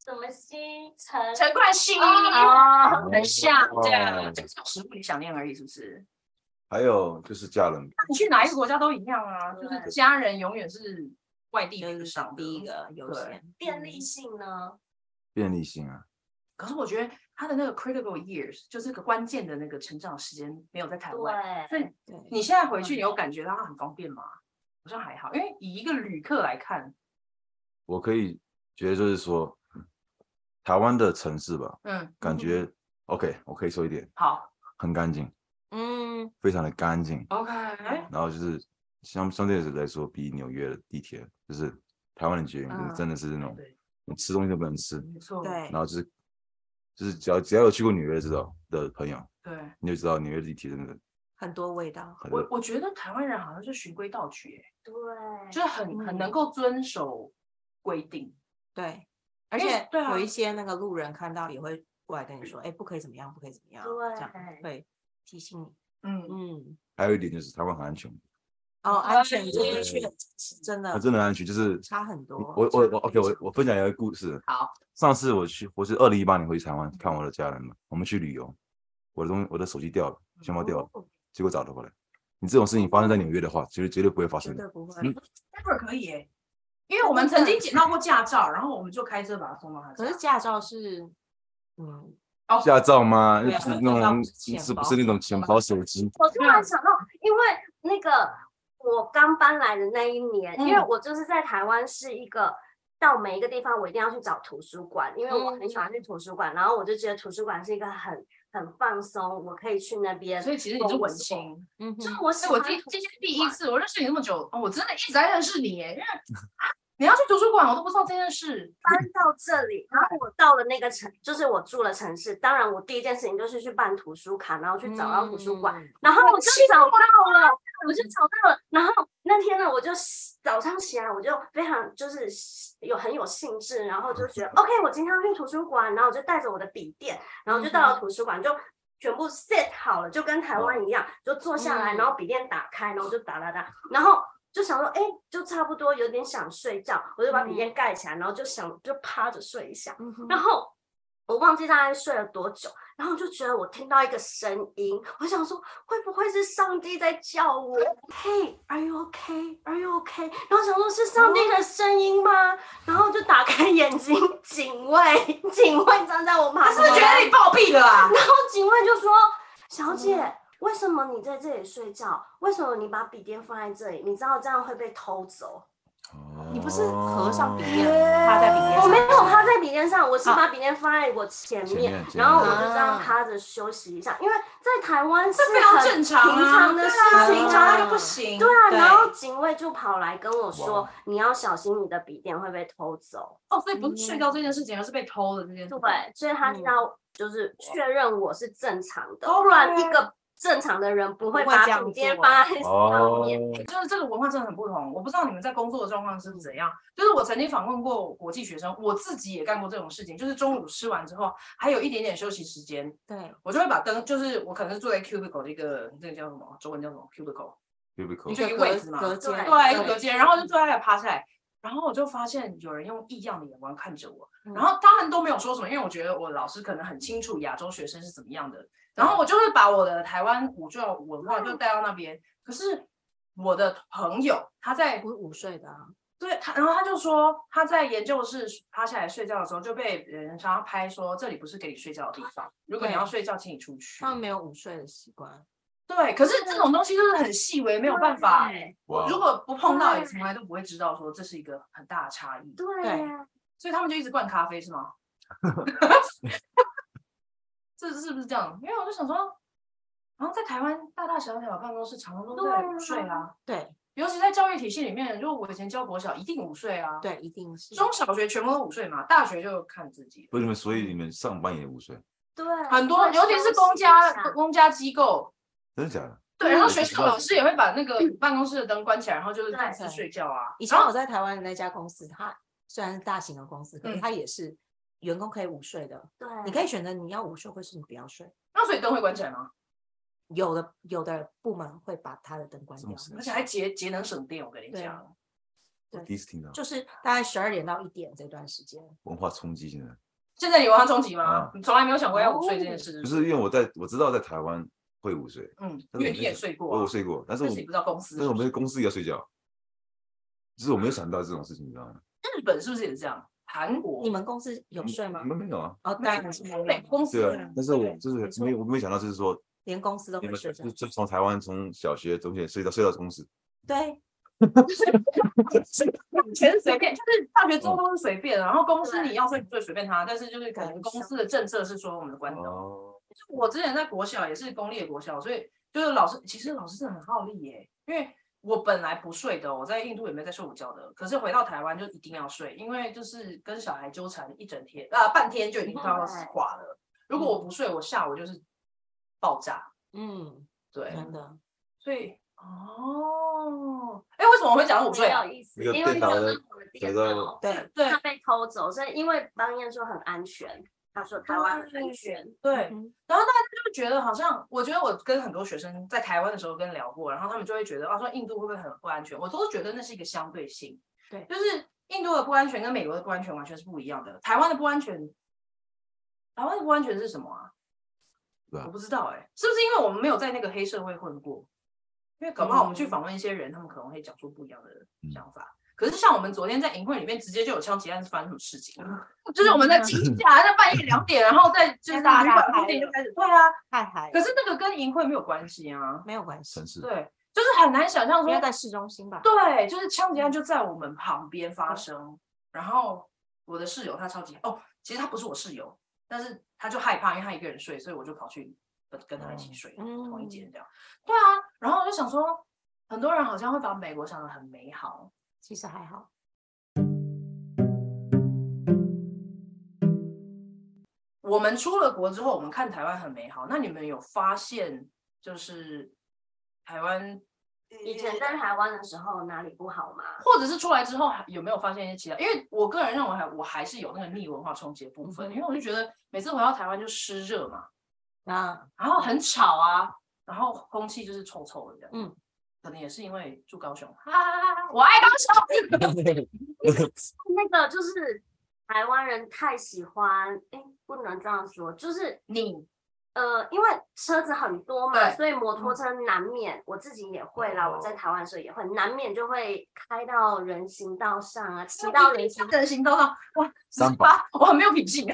S4: 什么西城？
S1: 陈冠
S4: 哦
S5: 哦
S1: 希
S4: 啊
S1: 很像啊这
S6: 哦
S1: 样，这种食物你想念而已，是不是？
S2: 还有就是家人，
S1: 那你去哪一个国家都一样啊，就
S4: 对
S1: 是家人永远是外地
S5: 就
S1: 比
S5: 是
S1: 上的
S5: 第一。个优
S1: 对嗯
S5: 先
S4: 便利性呢？
S2: 便利性啊，
S1: 可是我觉得他的那个 critical years 就是个关键的那个成长时间没有在台湾，
S4: 对，
S1: 所以
S5: 嗯对
S1: 你现在回去，你有感觉到它很方便吗？好像还好，因为以一个旅客来看，
S2: 我可以觉得就是说，台湾的城市吧，
S1: 嗯，
S2: 感觉、OK，我可以说一点，
S1: 好
S2: 很干净，
S5: 嗯，
S2: 非常的干净。
S1: ，OK，哎，
S2: 然后就是相相对来说，比纽约的地铁，就是台湾的捷运，就是
S5: 嗯
S2: 真的是那种
S1: 对
S2: 你吃东西都不能吃。
S1: 没错，
S5: 对
S2: 然，后就是就是只要只要有去过纽约的知道的朋友，
S1: 对，
S2: 你就知道纽约地铁真的
S5: 很多味道，
S2: 很
S1: 我我觉得台湾人好像是循规蹈矩，哎
S4: 对，
S1: 就是很很能够遵守规定，
S5: 对，而
S1: 因为
S5: 且
S1: 对啊
S5: 有一些那个路人看到也会过来跟你说，哎，不可以怎么样，不可以怎么样，这样
S4: 对
S5: 会提醒你，
S1: 嗯，
S5: 嗯，
S2: 还有一点就是台湾很安全，
S5: 哦，安全这的
S2: 对
S5: 确是真的
S2: 它啊真的很安全，就是
S5: 差很多
S2: 我我
S5: 差
S2: 我
S5: 很
S2: OK，我
S5: 多
S2: 我分享一个故事。
S1: 好，
S2: 上次我去，我是二零一八年回去台湾看我的家人嘛，我们去旅游，我的东西我的手机掉了，钱包掉了，
S5: 哦
S2: 结果找得回来。你这种事情发生在纽约的话，绝对绝对不会发
S5: 绝
S2: 生的。
S5: 对不会
S2: 嗯。
S1: 待会儿可以，哎，因为我们曾经捡到过驾照，然后我们就开车把它送到他
S5: 可是
S1: 家，
S5: 驾照是，嗯，
S1: 哦
S2: 驾照吗？又
S5: 对
S2: 不
S5: 啊
S2: 是
S5: 驾
S2: 那
S5: 照
S2: 种，
S5: 不是钱
S2: 是不
S5: 包
S2: 是那种钱包、手机？
S4: 我突
S1: 嗯
S4: 然想到，因为那个我刚搬来的那一年，因为
S1: 嗯
S4: 我就是在台湾是一个到每一个地方我一定要去找图书馆，因为我很
S1: 嗯
S4: 喜欢去图书馆，然后我就觉得图书馆是一个很很放松，我可以去那边。
S1: 所以其实你是文
S4: 工作
S1: 青。
S5: 嗯哼
S4: 就是我喜
S1: 是
S4: 欢
S1: 我
S4: 图
S1: 今
S4: 书
S1: 今天第一
S4: 馆
S1: 次，我认识你那么久，哦我真的一直在认识你耶，因 为你要去图书馆，我都不知道这件事。
S4: 搬到这里，然后我到了那个城，就是我住的城市。当然，我第一件事情就是去办图书卡，然后去找到图书馆，，
S5: 嗯
S4: 然后我就找到了，我就找到了。然后那天呢，我就早上起来，我就非常就是有很有兴致，然后就觉 得 OK，我今天要去图书馆，然后我就带着我的笔电，然
S5: 嗯
S4: 后就到了图书馆就。全部 set 好了，就跟台湾一样，就坐下来，
S5: 嗯
S4: 然后笔电打开，然后就打打打，然后就想说，哎、就差不多，有点想睡觉，我就把笔电盖起来，然后就想就趴着睡一下。
S5: 嗯哼
S4: 然后我忘记大概睡了多久，然后就觉得我听到一个声音，我想说会不会是上帝在叫我？Hey，Are you okay？Are you okay？然后想说是上帝的声音吗？然后就打开眼睛，警卫， 警卫站在我
S1: 他
S4: 旁
S1: 是不是觉
S4: 边，
S1: 得你暴毙了啊？
S4: 然后警卫就说：“小姐。”为什么你在这里睡觉？为什么你把笔电放在这里？你知道这样会被偷走。
S5: 你不是
S2: 哦
S5: 合上笔电趴在笔电
S4: 我
S5: 上
S4: 没有趴在笔垫上，我是
S5: 啊
S4: 把笔垫放在我前
S2: 前
S4: 面
S2: 面，前
S4: 然后我
S2: 面
S4: 就这样
S5: 啊
S4: 趴着休息一下，因为在台湾是
S1: 这非常
S4: 很
S1: 正常啊，
S4: 平常的事
S1: 对啊
S4: 情
S1: 平常那就不行。
S4: 对啊，然后
S5: 对
S4: 警卫就跑来跟我说
S2: 哇，
S4: 你要小心你的笔电会被偷走。
S1: 哦，所以不是睡觉这件事情，而是被偷的这件事情。
S4: 嗯对，所以他
S5: 嗯
S4: 要就是确认我是正常的，
S1: 哦
S4: 不然一个正常的人不
S5: 不
S4: 会
S5: 会
S4: 把
S5: 这样
S4: 笔电
S5: 做
S4: 放在上
S2: 哦，
S4: 面。
S1: 就是这个文化真的很不同，我不知道你们在工作的状况是怎样。就是我曾经访问过国际学生，我自己也干过这种事情，就是中午吃完之后，还有一点点休息时间，
S5: 对，
S1: 我就会把灯，就是我可能是坐在 cubicle 的一个那个叫什么，中文叫什么 cubicle，
S2: Cubicle
S1: 你就一
S5: 一
S1: 个
S5: 个
S1: 位
S5: 隔
S1: 置嘛
S5: 隔间
S4: 对
S1: 对，一个隔间，然后就坐在那里趴下来，然后我就发现有人用异样的眼光看着我，然后他们都没有说什么，因为我觉得我老师可能很清楚亚洲学生是怎么样的，然后我就会把我的台湾古旧文化就带到那边，可是。我的朋友，他在
S5: 不是午睡的啊，
S1: 对他，然后他就说他在研究室趴下来睡觉的时候就被人常常拍说这里不是给你睡觉的地方，如果你要
S5: 对
S1: 睡觉，请你出去
S5: 他。们没有午睡的习惯，
S1: 对，可是这种东西就是很细微，没有办法。
S4: 对
S2: 哇
S1: 如果不碰到，也
S4: 对
S1: 从来都不会知道说这是一个很大的差异。
S4: 对
S5: 对
S4: 呀，
S1: 所以他们就一直灌咖啡是吗？ 这是不是这样？因为我就想说，然后在台湾大大小小的办公室常常都在午睡
S4: 对
S1: 啊，
S5: 对
S1: 尤其在教育体系里面，如果我以前教国小，一定午睡啊。。
S5: 对，一定是
S1: 中小学全部都午睡嘛，大学就看自己了。
S2: 不是你们，所以你们上班也午睡，
S4: 对，
S1: 很多，
S4: 会
S1: 尤其
S4: 休
S1: 是公
S4: 息一
S1: 家
S4: 下
S1: 公家机构，
S2: 真的假的？
S1: 对，然后
S2: 嗯
S1: 学校老师也会把那个办公室的灯关起来，然后就是开始
S5: 对
S1: 睡觉啊。
S5: 以前
S1: 然后
S5: 我在台湾的那家公司，它虽然是大型的公司，可是
S1: 嗯
S5: 它也是员工可以午睡的，
S4: 对，
S5: 你可以选择你要午睡，或是你不要睡。
S1: 那所以灯会关起来吗？
S5: 有的有的部门会把它的灯关
S2: 这
S5: 掉
S2: 么，神
S1: 而且还节节能省电，我跟你
S5: 对
S1: 讲，
S2: 我
S5: 对
S2: 第一次听到
S5: 就是大概十二点到一点这段时间。
S2: 文化冲击，现在
S1: 现在你文化冲击吗
S2: 啊？
S1: 你从来没有想过要午睡这件事，
S2: 不是因为我在我知道在台湾会午睡，
S1: 嗯，因为
S2: 但是我
S1: 你
S2: 没
S1: 也
S2: 想
S1: 睡过
S2: 我
S1: 啊
S2: 有，睡过，但是
S1: 但
S2: 我
S1: 是你不知道公
S2: 但是
S1: 司
S2: 我。们在公司也要睡觉，就是我没有想到这种事情，你知道吗？
S1: 日本是不是也是这样？韩国
S5: 你们公司有
S2: 你
S5: 睡吗
S2: 你？们没有啊？
S5: 哦，当然是没有
S1: 美国公司
S2: 对
S5: 对 啊
S2: 啊，但是我
S5: 对没
S2: 就是
S5: 错
S2: 没有，我没有想到，就是说
S5: 连公司都
S2: 你
S5: 会
S2: 们
S5: 睡
S2: 就
S5: 着。
S2: 就从台湾从小学、中学睡到睡到公司，
S5: 对，
S1: 以前随便，就是大学之后都是随便，然后公司你要睡不睡随便他，但是就是可能公司的政策是说我们的关灯。
S2: 哦，
S1: 我之前在国小也是公立的国小，所以就是老师其实老师是很好力耶、因为我本来不睡的哦，我在印度也没有在睡午觉的，可是回到台湾就一定要睡，因为就是跟小孩纠缠一整天啊、半天就已经快要死垮了。如果我不睡，我下午就是爆炸。
S5: 嗯，
S1: 对，
S5: 真的，
S1: 所以哦，哎，为什么我会讲到午睡
S4: 很
S1: 啊？
S4: 有意思，
S2: 那个
S4: 因为
S2: 电
S4: 找
S2: 脑
S4: 到
S2: 的
S4: 我的
S2: 找
S4: 电
S2: 到
S4: 脑，
S5: 对
S1: 对
S4: 它被偷走，所以因为邦彦说很安全，他说台湾很安全，
S1: 对，
S5: 嗯
S1: 然后大家就觉得好像，我觉得我跟很多学生在台湾的时候跟聊过，然后他们就会觉得啊，说印度会不会很不安全？我都觉得那是一个相对性，
S5: 对
S1: 就是印度的不安全跟美国的不安全完全是不一样的。台湾的不安全，台湾的不安全是什么啊？
S2: 对啊
S1: 我不知道哎、是不是因为我们没有在那个黑社会混过？因为搞不好我们去访问一些人，他们可能会讲出不一样的
S2: 嗯
S1: 想法。可是像我们昨天在营会里面，直接就有枪击案是发生什么事情啊？就是我们在惊吓，在半夜两点，然后在就是大家
S5: 开始大
S1: 两
S5: 开
S1: 点
S5: 了
S1: 就开始，对啊。
S5: 太嗨
S1: 可
S5: 了，
S1: 是那个跟淫秽没有关系啊，
S5: 没有关系
S2: 城，市
S1: 对，就是很难想象
S5: 不
S1: 说
S5: 要，在市中心吧。
S1: 对，就是枪击案就在我们旁边发生。然后我的室友他超级哦，其实他不是我室友，但是他就害怕，因为他一个人睡，所以我就跑去跟跟他一起睡，
S5: 嗯
S1: 同一间这样。对啊，然后我就想说，很多人好像会把美国想得很美好，
S5: 其实还好。
S1: 我们出了国之后，我们看台湾很美好。那你们有发现，就是台湾，
S4: 以前在台湾的时候哪里不好吗？
S1: 或者是出来之后，还有没有发现一些其他？因为我个人认为还我还是有那个逆文化冲击的部分，
S5: 嗯哼
S1: 因为我就觉得每次回到台湾就湿热嘛，
S2: 哦
S5: 那
S1: 然后很吵啊，然后空气就是臭臭的这样。
S5: 嗯，
S1: 可能也是因为住高雄， 哈哈哈哈我爱高雄。
S4: 那个就是台湾人太喜欢，哎，不能这样说，就是
S1: 你
S4: 呃，因为车子很多嘛，
S1: 对嗯哦
S4: 所以摩托车难免，我自己也会啦，我在台湾的时候也会，难免就会开到人行道上啊，骑到人行
S1: 人行道上，哇，十
S2: 三宝
S1: 八， 我很没有品性。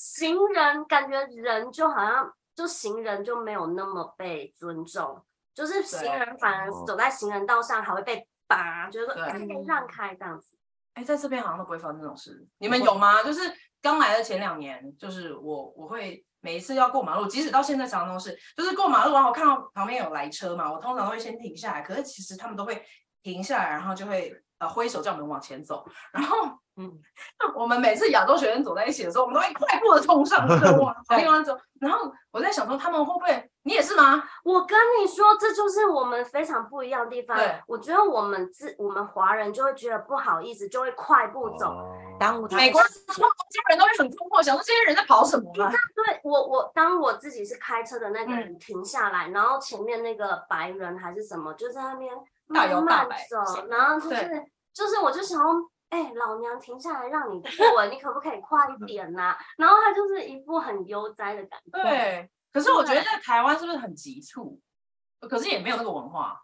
S4: 行人感觉人就好像就行人就没有那么被尊重，就是行人反而
S2: 哦
S4: 走在行人道上还会被扒，就是说
S1: 对
S4: 哎让开这样子。
S1: 哎，在这边好像都不会发生这种事，你们有吗？就是刚来的前两年，就是我我会每一次要过马路，即使到现在常常都是，就是过马路，然后我看到旁边有来车嘛，我通常都会先停下来，可是其实他们都会停下来，然后就会呃挥手叫我们往前走，然后
S5: 嗯，
S1: 我们每次亚洲学生走在一起的时候，我们都会快步的冲上车 往另外走，然后我在想说他们会不会，你也是吗？
S4: 我跟你说，这就是我们非常不一样的地方
S1: 对。
S4: 我觉得我们自我们华人就会觉得不好意思，就会快步走。
S2: 哦
S5: 耽误他
S1: 美国人、欧洲人都会很困惑，想说这些人在跑什么啊？
S4: 对我，我当我自己是开车的那个
S1: 嗯
S4: 人停下来，然后前面那个白人还是什么，就在那边
S1: 大摇
S4: 慢
S1: 大
S4: 慢
S1: 摆
S4: 走，
S1: 谁
S4: 然后就
S1: 对
S4: 是就是，我就想要，哎、老娘停下来让你过，你可不可以快一点呐、然后他就是一副很悠哉的感觉。
S1: 对，可是我觉得
S4: 对
S1: 在台湾是不是很急促？呃可是也没有那个文化，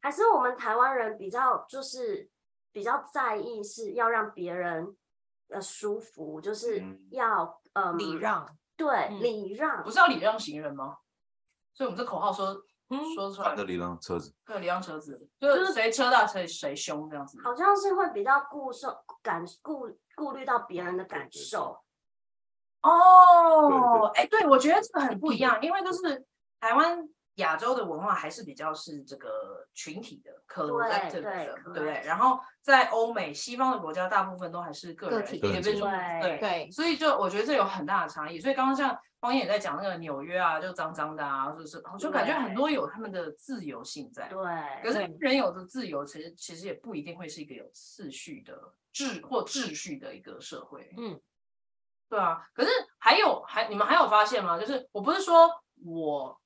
S4: 还是我们台湾人比较就是比较在意是要让别人呃舒服，就是
S2: 嗯
S4: 要嗯
S5: 礼，让，
S4: 对
S5: 嗯
S4: 礼让
S1: 不，是要礼让行人吗？所以我们这口号说
S5: 嗯，
S1: 说出来
S2: 反，的离让车子，
S1: 对，礼让车子，就是谁车大谁谁凶这样子。
S4: 好像是会比较顾受感顾顾虑到别人的感受。
S1: 哦，哎，对，我觉得这个很不一样，因为就是台湾亚洲的文化还是比较是这个群体的 collective 的，对不对？
S4: correct
S1: 然后在欧美西方的国家，大部分都还是个人
S5: 个体
S1: individual，
S4: 对
S1: 对，
S5: 对，
S1: 所以就我觉得这有很大的差异。所以刚刚像方燕也在讲那个纽约啊，就脏脏的啊，就是我就感觉很多有他们的自由性在。可
S4: 对，
S1: 是人有的自由，其实其实也不一定会是一个有次序的秩或秩序的一个社会。
S5: 嗯，
S1: 对啊。可是还有还你们还有发现吗？就是我不是说我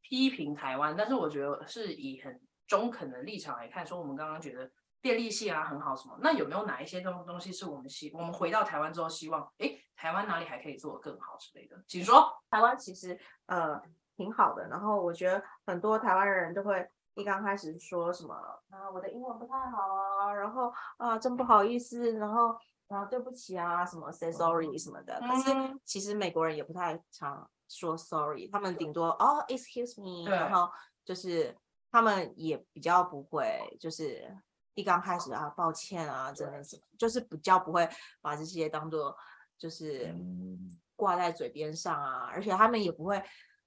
S1: 批评台湾，但是我觉得是以很中肯的立场来看，说我们刚刚觉得便利性啊很好什么。那有没有哪一些东东西是我们希我们回到台湾之后希望，哎，台湾哪里还可以做得更好之类的？请说。
S5: 台湾其实呃挺好的，然后我觉得很多台湾人都会一刚开始说什么啊，我的英文不太好啊，然后啊真不好意思，然后然后对不起啊，什么 say sorry 什么的。可是
S1: 嗯
S5: 其实美国人也不太常说 sorry，他们顶多哦 excuse me，
S1: 对
S5: 然后就是他们也比较不会就是。一刚开始啊，抱歉啊，真的是就是比较不会把这些当做就是
S2: 嗯
S5: 挂在嘴边上啊，而且他们也不会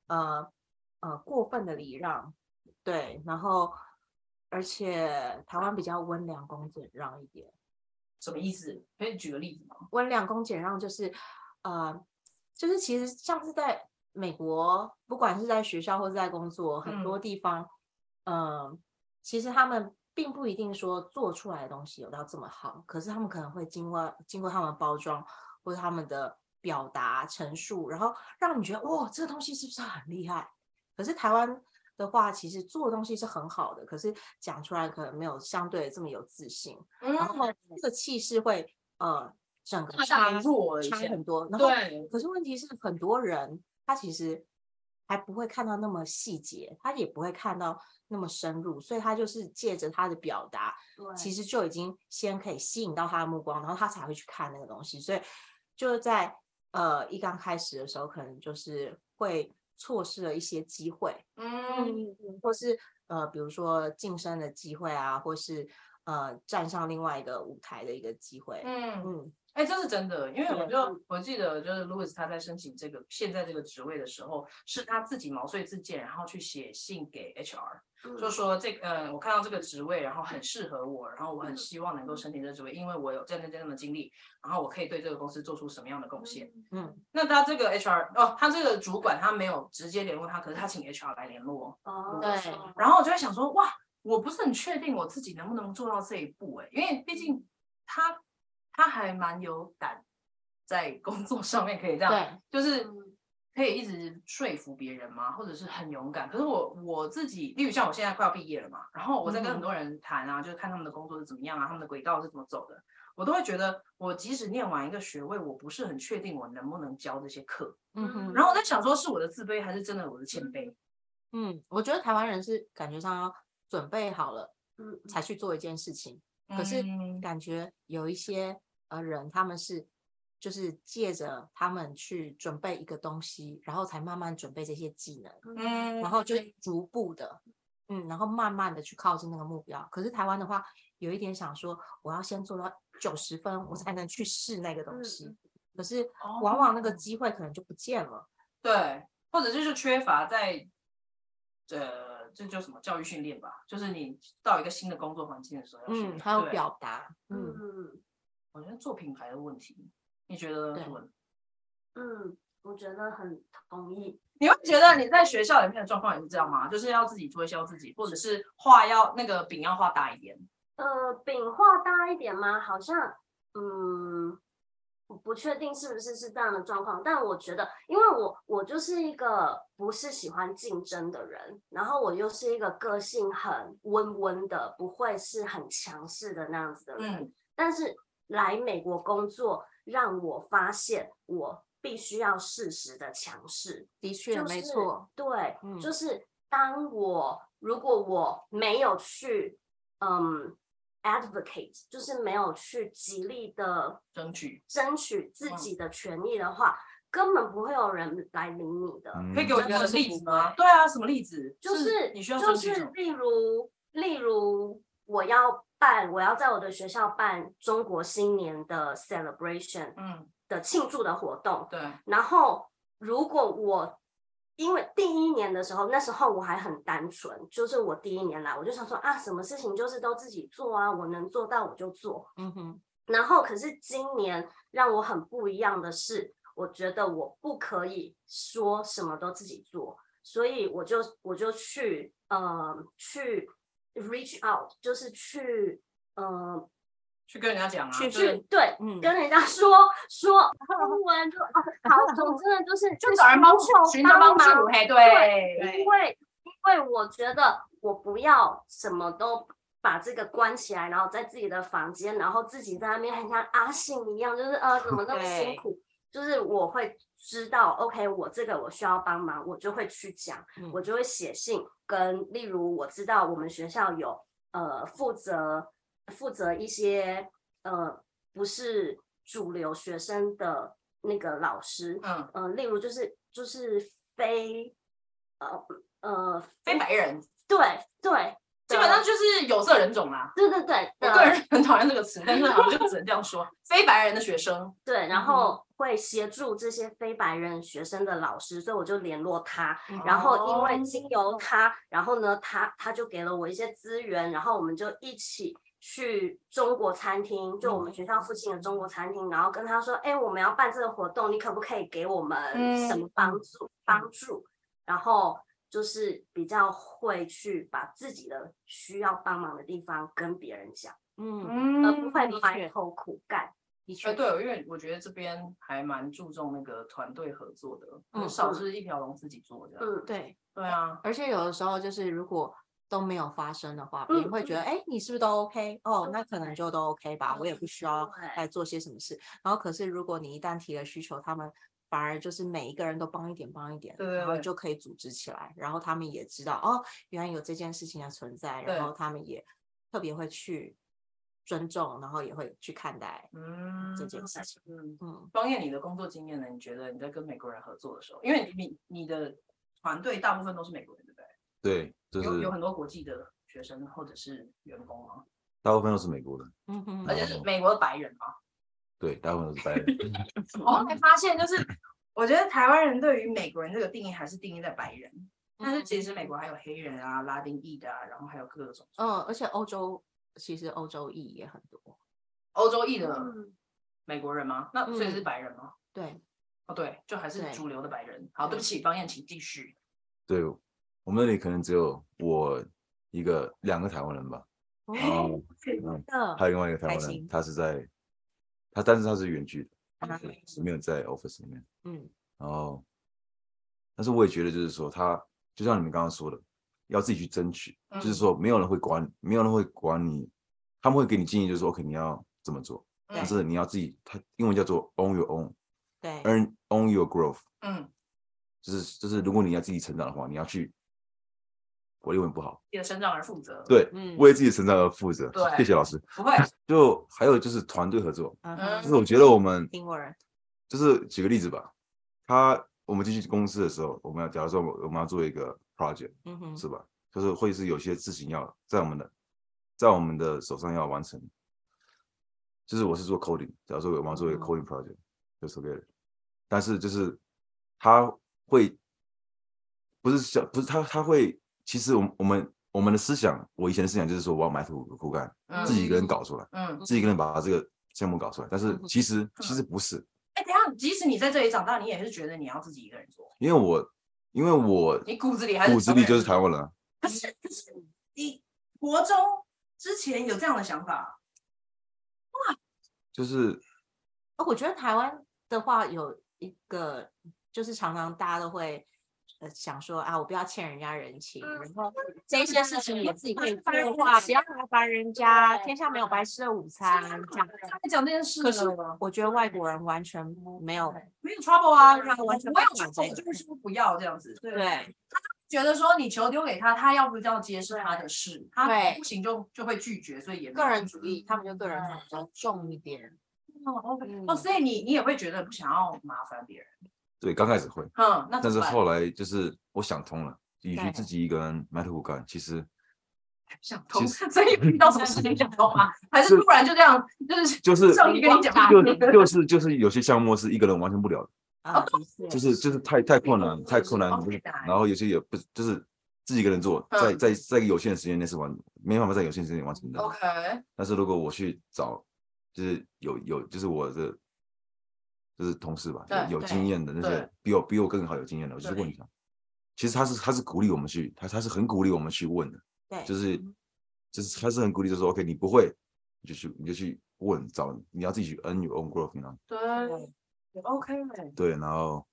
S5: 呃呃过分的礼让，对，然后而且台湾比较温良恭俭让一点，
S1: 什么意思？可以举个例子吗？
S5: 温良恭俭让就是呃就是其实像是在美国，不管是在学校或是在工作，很多地方，嗯、其实他们。并不一定说做出来的东西有到这么好，可是他们可能会经过经过他们包装，或者他们的表达陈述，然后让你觉得哇，这个东西是不是很厉害？可是台湾的话，其实做的东西是很好的，可是讲出来可能没有相对这么有自信，然后这个气势会呃整个
S1: 嗯差
S5: 差
S1: 弱一
S5: 差
S1: 些，
S5: 很多。然后
S1: 对，
S5: 可是问题是，很多人他其实还不会看到那么细节，他也不会看到那么深入，所以他就是借着他的表达，
S4: 对
S5: 其实就已经先可以吸引到他的目光，然后他才会去看那个东西。所以就是在呃一刚开始的时候，可能就是会错失了一些机会，
S1: 嗯，
S5: 或是呃比如说晋升的机会啊，或是呃站上另外一个舞台的一个机会。
S1: 嗯，
S5: 嗯，
S1: 哎、这是真的，因为我
S5: 对啊
S1: 就我记得就是 Louis 他在申请这个现在这个职位的时候，是他自己毛遂自荐，然后去写信给 HR，、就
S4: 嗯
S1: 说这个、呃我看到这个职位，然后很适合我，然后我
S5: 嗯
S1: 很希望能够申请这个职位，因为我有这样这样的经历，然后我可以对这个公司做出什么样的贡献。
S5: 嗯，
S1: 那他这个 HR 哦，他这个主管他没有直接联络他，可是他请 HR 来联络哦。
S4: 哦
S5: 对
S1: 然后我就会想说，哇，我不是很确定我自己能不能做到这一步哎、因为毕竟他他还蛮有胆，在工作上面可以这样，
S5: 对，嗯
S1: 就是可以一直说服别人嘛，或者是很勇敢。可是我我自己，例如像我现在快要毕业了嘛，然后我在跟
S5: 嗯
S1: 很多人谈啊，就是看他们的工作是怎么样啊，他们的轨道是怎么走的，我都会觉得，我即使念完一个学位，我不是很确定我能不能教这些课。
S5: 嗯哼，
S1: 然后我在想说，是我的自卑，还是真的我的谦卑？
S5: 嗯，我觉得台湾人是感觉上要准备好了
S4: 嗯嗯
S5: 才去做一件事情。可是
S1: 嗯
S5: 感觉有一些呃人，他们是就是借着他们去准备一个东西，然后才慢慢准备这些技能，
S1: 嗯，
S5: 然后就逐步的，嗯，然后慢慢的去靠近那个目标。可是台湾的话，有一点想说，我要先做到九十分，我才能去试那个东
S4: 嗯
S5: 西。可是往往那个机会可能就不见了。
S1: 对，或者就是缺乏在，呃，这叫什么教育训练吧？就是你到一个新的工作环境的时候要训
S5: 嗯，
S1: 练，
S5: 还有
S1: 对，
S5: 表达，嗯，
S4: 嗯。
S1: 我觉得做品牌的问题，你觉得
S5: 对
S1: 是问？
S4: 嗯，我觉得很同意。
S1: 你会觉得你在学校里面的状况也是这样吗？就是要自己推销自己，或者是画要那个饼要画大一点。
S4: 呃，饼画大一点吗？好像，嗯，我不确定是不是是这样的状况，但我觉得，因为我我就是一个不是喜欢竞争的人，然后我又是一个个性很温温的，不会是很强势的那样子的人。
S1: 嗯
S4: 但是来美国工作，让我发现我必须要适时的强势。
S5: 的确
S4: 就
S5: 没
S4: 是
S5: 错，
S4: 对，
S5: 嗯
S4: 就是当我如果我没有去嗯 advocate，就是没有去极力的
S1: 争取。
S4: 争取自
S1: 嗯
S4: 己的权益的话，根本不会有人来理你的。
S2: 嗯
S1: 可以给我一
S4: 真
S1: 个
S4: 的是
S1: 例子
S4: 不
S1: 吗？
S4: 会
S1: 对啊，什么例子？
S4: 就是
S1: 你需要
S4: 就
S1: 争取什
S4: 是
S1: 么？
S4: 例如例如我要办，我要在我的学校办中国新年的 celebration
S1: 嗯，
S4: 的庆祝的活动，
S1: 对，
S4: 然后如果我因为第一年的时候，那时候我还很单纯，就是我第一年来，我就想说啊，什么事情就是都自己做啊，我能做到我就做。
S5: 嗯哼，
S4: 然后可是今年让我很不一样的是，我觉得我不可以说什么都自己做，所以我就我就去呃去 reach out，就是去呃
S1: 去跟人家讲啊，
S5: 去
S1: 就
S4: 去
S1: 是
S4: 对，
S5: 嗯
S4: 跟人家说说中文就啊，好，总之呢就是
S1: 就找人帮助，
S4: 求
S1: 寻求帮
S4: 忙
S1: 助，嘿，
S4: 对
S1: 对
S4: 因为因为我觉得我不要什么都把这个关起来，然后在自己的房间，然后自己在那边很像阿信一样，就是呃怎么那么辛
S5: 对
S4: 苦？就是我会知道，OK，我这个我需要帮忙，我就会去讲，
S5: 嗯
S4: 我就会写信跟，例如我知道我们学校有呃负责负责一些呃不是主流学生的那个老师，
S1: 嗯，
S4: 呃，例如就是就是非呃呃
S1: 非白人
S4: 对对，
S1: 基本上就是有色人种啦。
S4: 对对对，
S1: 我
S4: 的
S1: 个人很讨厌这个词，但是好像就只能这样说，非白人的学生。
S4: 对，
S1: 嗯
S4: 然后会协助这些非白人学生的老师，所以我就联络他，
S5: 嗯
S4: 然后因为经
S5: 哦
S4: 由他，然后呢，他他就给了我一些资源，然后我们就一起去中国餐厅，就我
S5: 嗯
S4: 们学校附近的中国餐厅，然后跟他说，哎，我们要办这个活动，你可不可以给我们什么
S5: 嗯
S4: 帮助帮助？然后就是比较会去把自己的需要帮忙的地方跟别人讲，
S5: 嗯，
S1: 嗯
S4: 而不会
S5: 的
S4: 埋
S5: 确
S4: 头苦干。
S5: 的
S1: 哎，
S5: 确，
S1: 对，因为我觉得这边还蛮注重那个团队合作的，很
S5: 嗯
S1: 少
S4: 嗯
S1: 是一条龙自己做这样。
S4: 嗯，
S5: 对，
S1: 对啊，
S5: 而且有的时候就是如果都没有发生的话，别人
S4: 嗯
S5: 会觉得，哎、你是不是都 OK？哦，那可能
S4: 对
S5: 就都 OK 吧，我也不需
S1: 嗯
S5: 要
S4: 对
S5: 来做些什么事。然后可是如果你一旦提了需求，他们反而就是每一个人都帮一点，帮一点，
S1: 对对
S5: 然后
S1: 对
S5: 就可以组织起来。然后他们也知道，哦，原来有这件事情的存在，
S1: 对
S5: 然后他们也特别会去尊重，然后也会去看待
S1: 嗯，
S5: 这件事情。
S1: 嗯，
S5: 嗯，
S1: 方燕，你的工作经验呢？你觉得你在跟美国人合作的时候，因为你你的团队大部分都是美国人，对不对？
S2: 对，就是
S1: 有有很多国际的学生或者是员工吗？
S2: 大部分都是美国人，
S5: 嗯哼
S1: 而且是美国的白人吗？
S2: 对，大部分都是白人，
S1: 我后来发现，就是我觉得台湾人对于美国人这个定义还是定义在白人，但是其实美国还有黑人啊、拉丁裔的啊，然后还有各种
S5: 嗯，而且欧洲其实欧洲裔也很多，
S1: 欧洲裔的美国人吗？那所以是
S5: 嗯
S1: 白人吗？
S5: 对，
S1: 哦，对，就还是
S5: 对
S1: 主流的白人。好，对
S5: 对
S1: 不起，方燕，请继续。
S2: 对，我们那里可能只有我一个两个台湾人吧，然
S1: 哦
S2: 后
S5: 的
S2: 还有另外一个台
S5: 哎还
S2: 湾人，
S5: 行
S2: 他是在他，但是他是远距的
S5: 啊，
S2: 对是没有在 office 里面。
S5: 嗯
S2: 然后，但是我也觉得，就是说，他就像你们刚刚说的，要自己去争取，就是
S1: 嗯
S2: 说，没有人会管，没有人会管你，他们会给你建议，就是说，OK，你要怎么做，但
S1: 对
S2: 是你要自己，它英文叫做 own your own，earn
S5: 对，
S2: own your growth，
S1: 嗯，
S2: 就是就是，如果你要自己成长的话，你要去，我英文不好，
S1: 你的成长而负责。，
S2: 对，
S5: 嗯
S2: 为自己的成长而负责，
S1: 对
S2: 谢谢老师。
S1: 不会，
S2: 就还有就是团队合作，
S5: 嗯
S1: 嗯
S2: 就是我觉得我们
S5: 英国人，
S2: 就是举个例子吧，他我们进去公司的时候，我们要假如说我们我们要做一个 project。
S5: 嗯哼，
S2: 是吧？就是会是有些事情要在我们的在我们的手上要完成。就是我是做 coding，假如说我们要做一个
S5: 嗯
S2: coding project，就是 together，但是就是他会不是想不是他他会，其实我们我们我们的思想，我以前的思想就是说我要埋头苦干，
S1: 嗯
S2: 自己一个人搞出来，
S1: 嗯，
S2: 自己一个人把这个项目搞出来。但是
S5: 嗯
S2: 其实其实不是，
S1: 哎，等一下，即使你在这里长大，你也是觉得你要自己一个人做，
S2: 因为我因为我
S1: 你骨子里还是
S2: 骨子里就是台湾人啊，
S1: 可是可是你国中之前有这样的想法，
S2: 就是
S5: 哦我觉得台湾的话有一个，就是常常大家都会呃想说啊，我不要欠人家人情，然后这些事情我自己可以做啊，不要来烦人家，天下没有白吃的午餐这样。
S1: 在讲这件事
S5: 可是
S1: 呢
S5: 我觉得外国人完全没有
S1: 没有 trouble 啊，
S5: 对
S1: 然后我
S5: 完
S1: 我
S5: 全
S1: 有
S5: 不讲
S1: trouble，
S5: 这
S1: 我
S5: 个
S1: 就会说不要这样子，对
S5: 对
S1: 觉得说你球丢给他，他要不就要接是他的事，他
S5: 对
S1: 不行就就会拒绝，所以也没
S5: 个
S1: 有
S5: 人主义，他们就个人主义比较重一点。
S1: 哦，OK
S5: 嗯
S1: 哦，所以你你也会觉得不想要麻烦别人，
S2: 对刚开始会。
S1: 嗯，那怎
S2: 但
S1: 么
S2: 是
S1: 办
S2: 后来就是我想通了，与
S5: 对
S2: 其自己一个人埋头苦干，其实
S1: 想通，
S2: 其
S1: 所 以遇到什么事情想通吗？还是突然就这样，就是
S2: 就是
S1: 上帝跟你讲话，
S2: 就就是就是有些项目是一个人完成不了的，
S5: 啊，的确
S2: 就是就是太太
S1: 嗯
S2: 困难
S1: 嗯
S2: 太
S1: 是
S2: 困难，
S1: ，OK 的
S2: 然后有些也不就是自己一个人做，
S1: 嗯哦
S2: 在在在一个有限的时间内是完没办法在有限时间内完成的。
S1: OK，
S2: 但是如果我去找，就是有有就是我的。就是同事吧，
S1: 对
S2: 有有
S1: 对
S2: 经验的那
S1: 对
S2: 些比我比我更好有经验的，我就去问他。其实他是他是鼓励我们去，他他是很鼓励我们去问的。
S5: 对，
S2: 就是就是他是很鼓励，就说 OK，你不会，你就去你就去问找，你要自己去 earn your own growth，你知道吗？
S1: 对，OK，
S2: 对，然后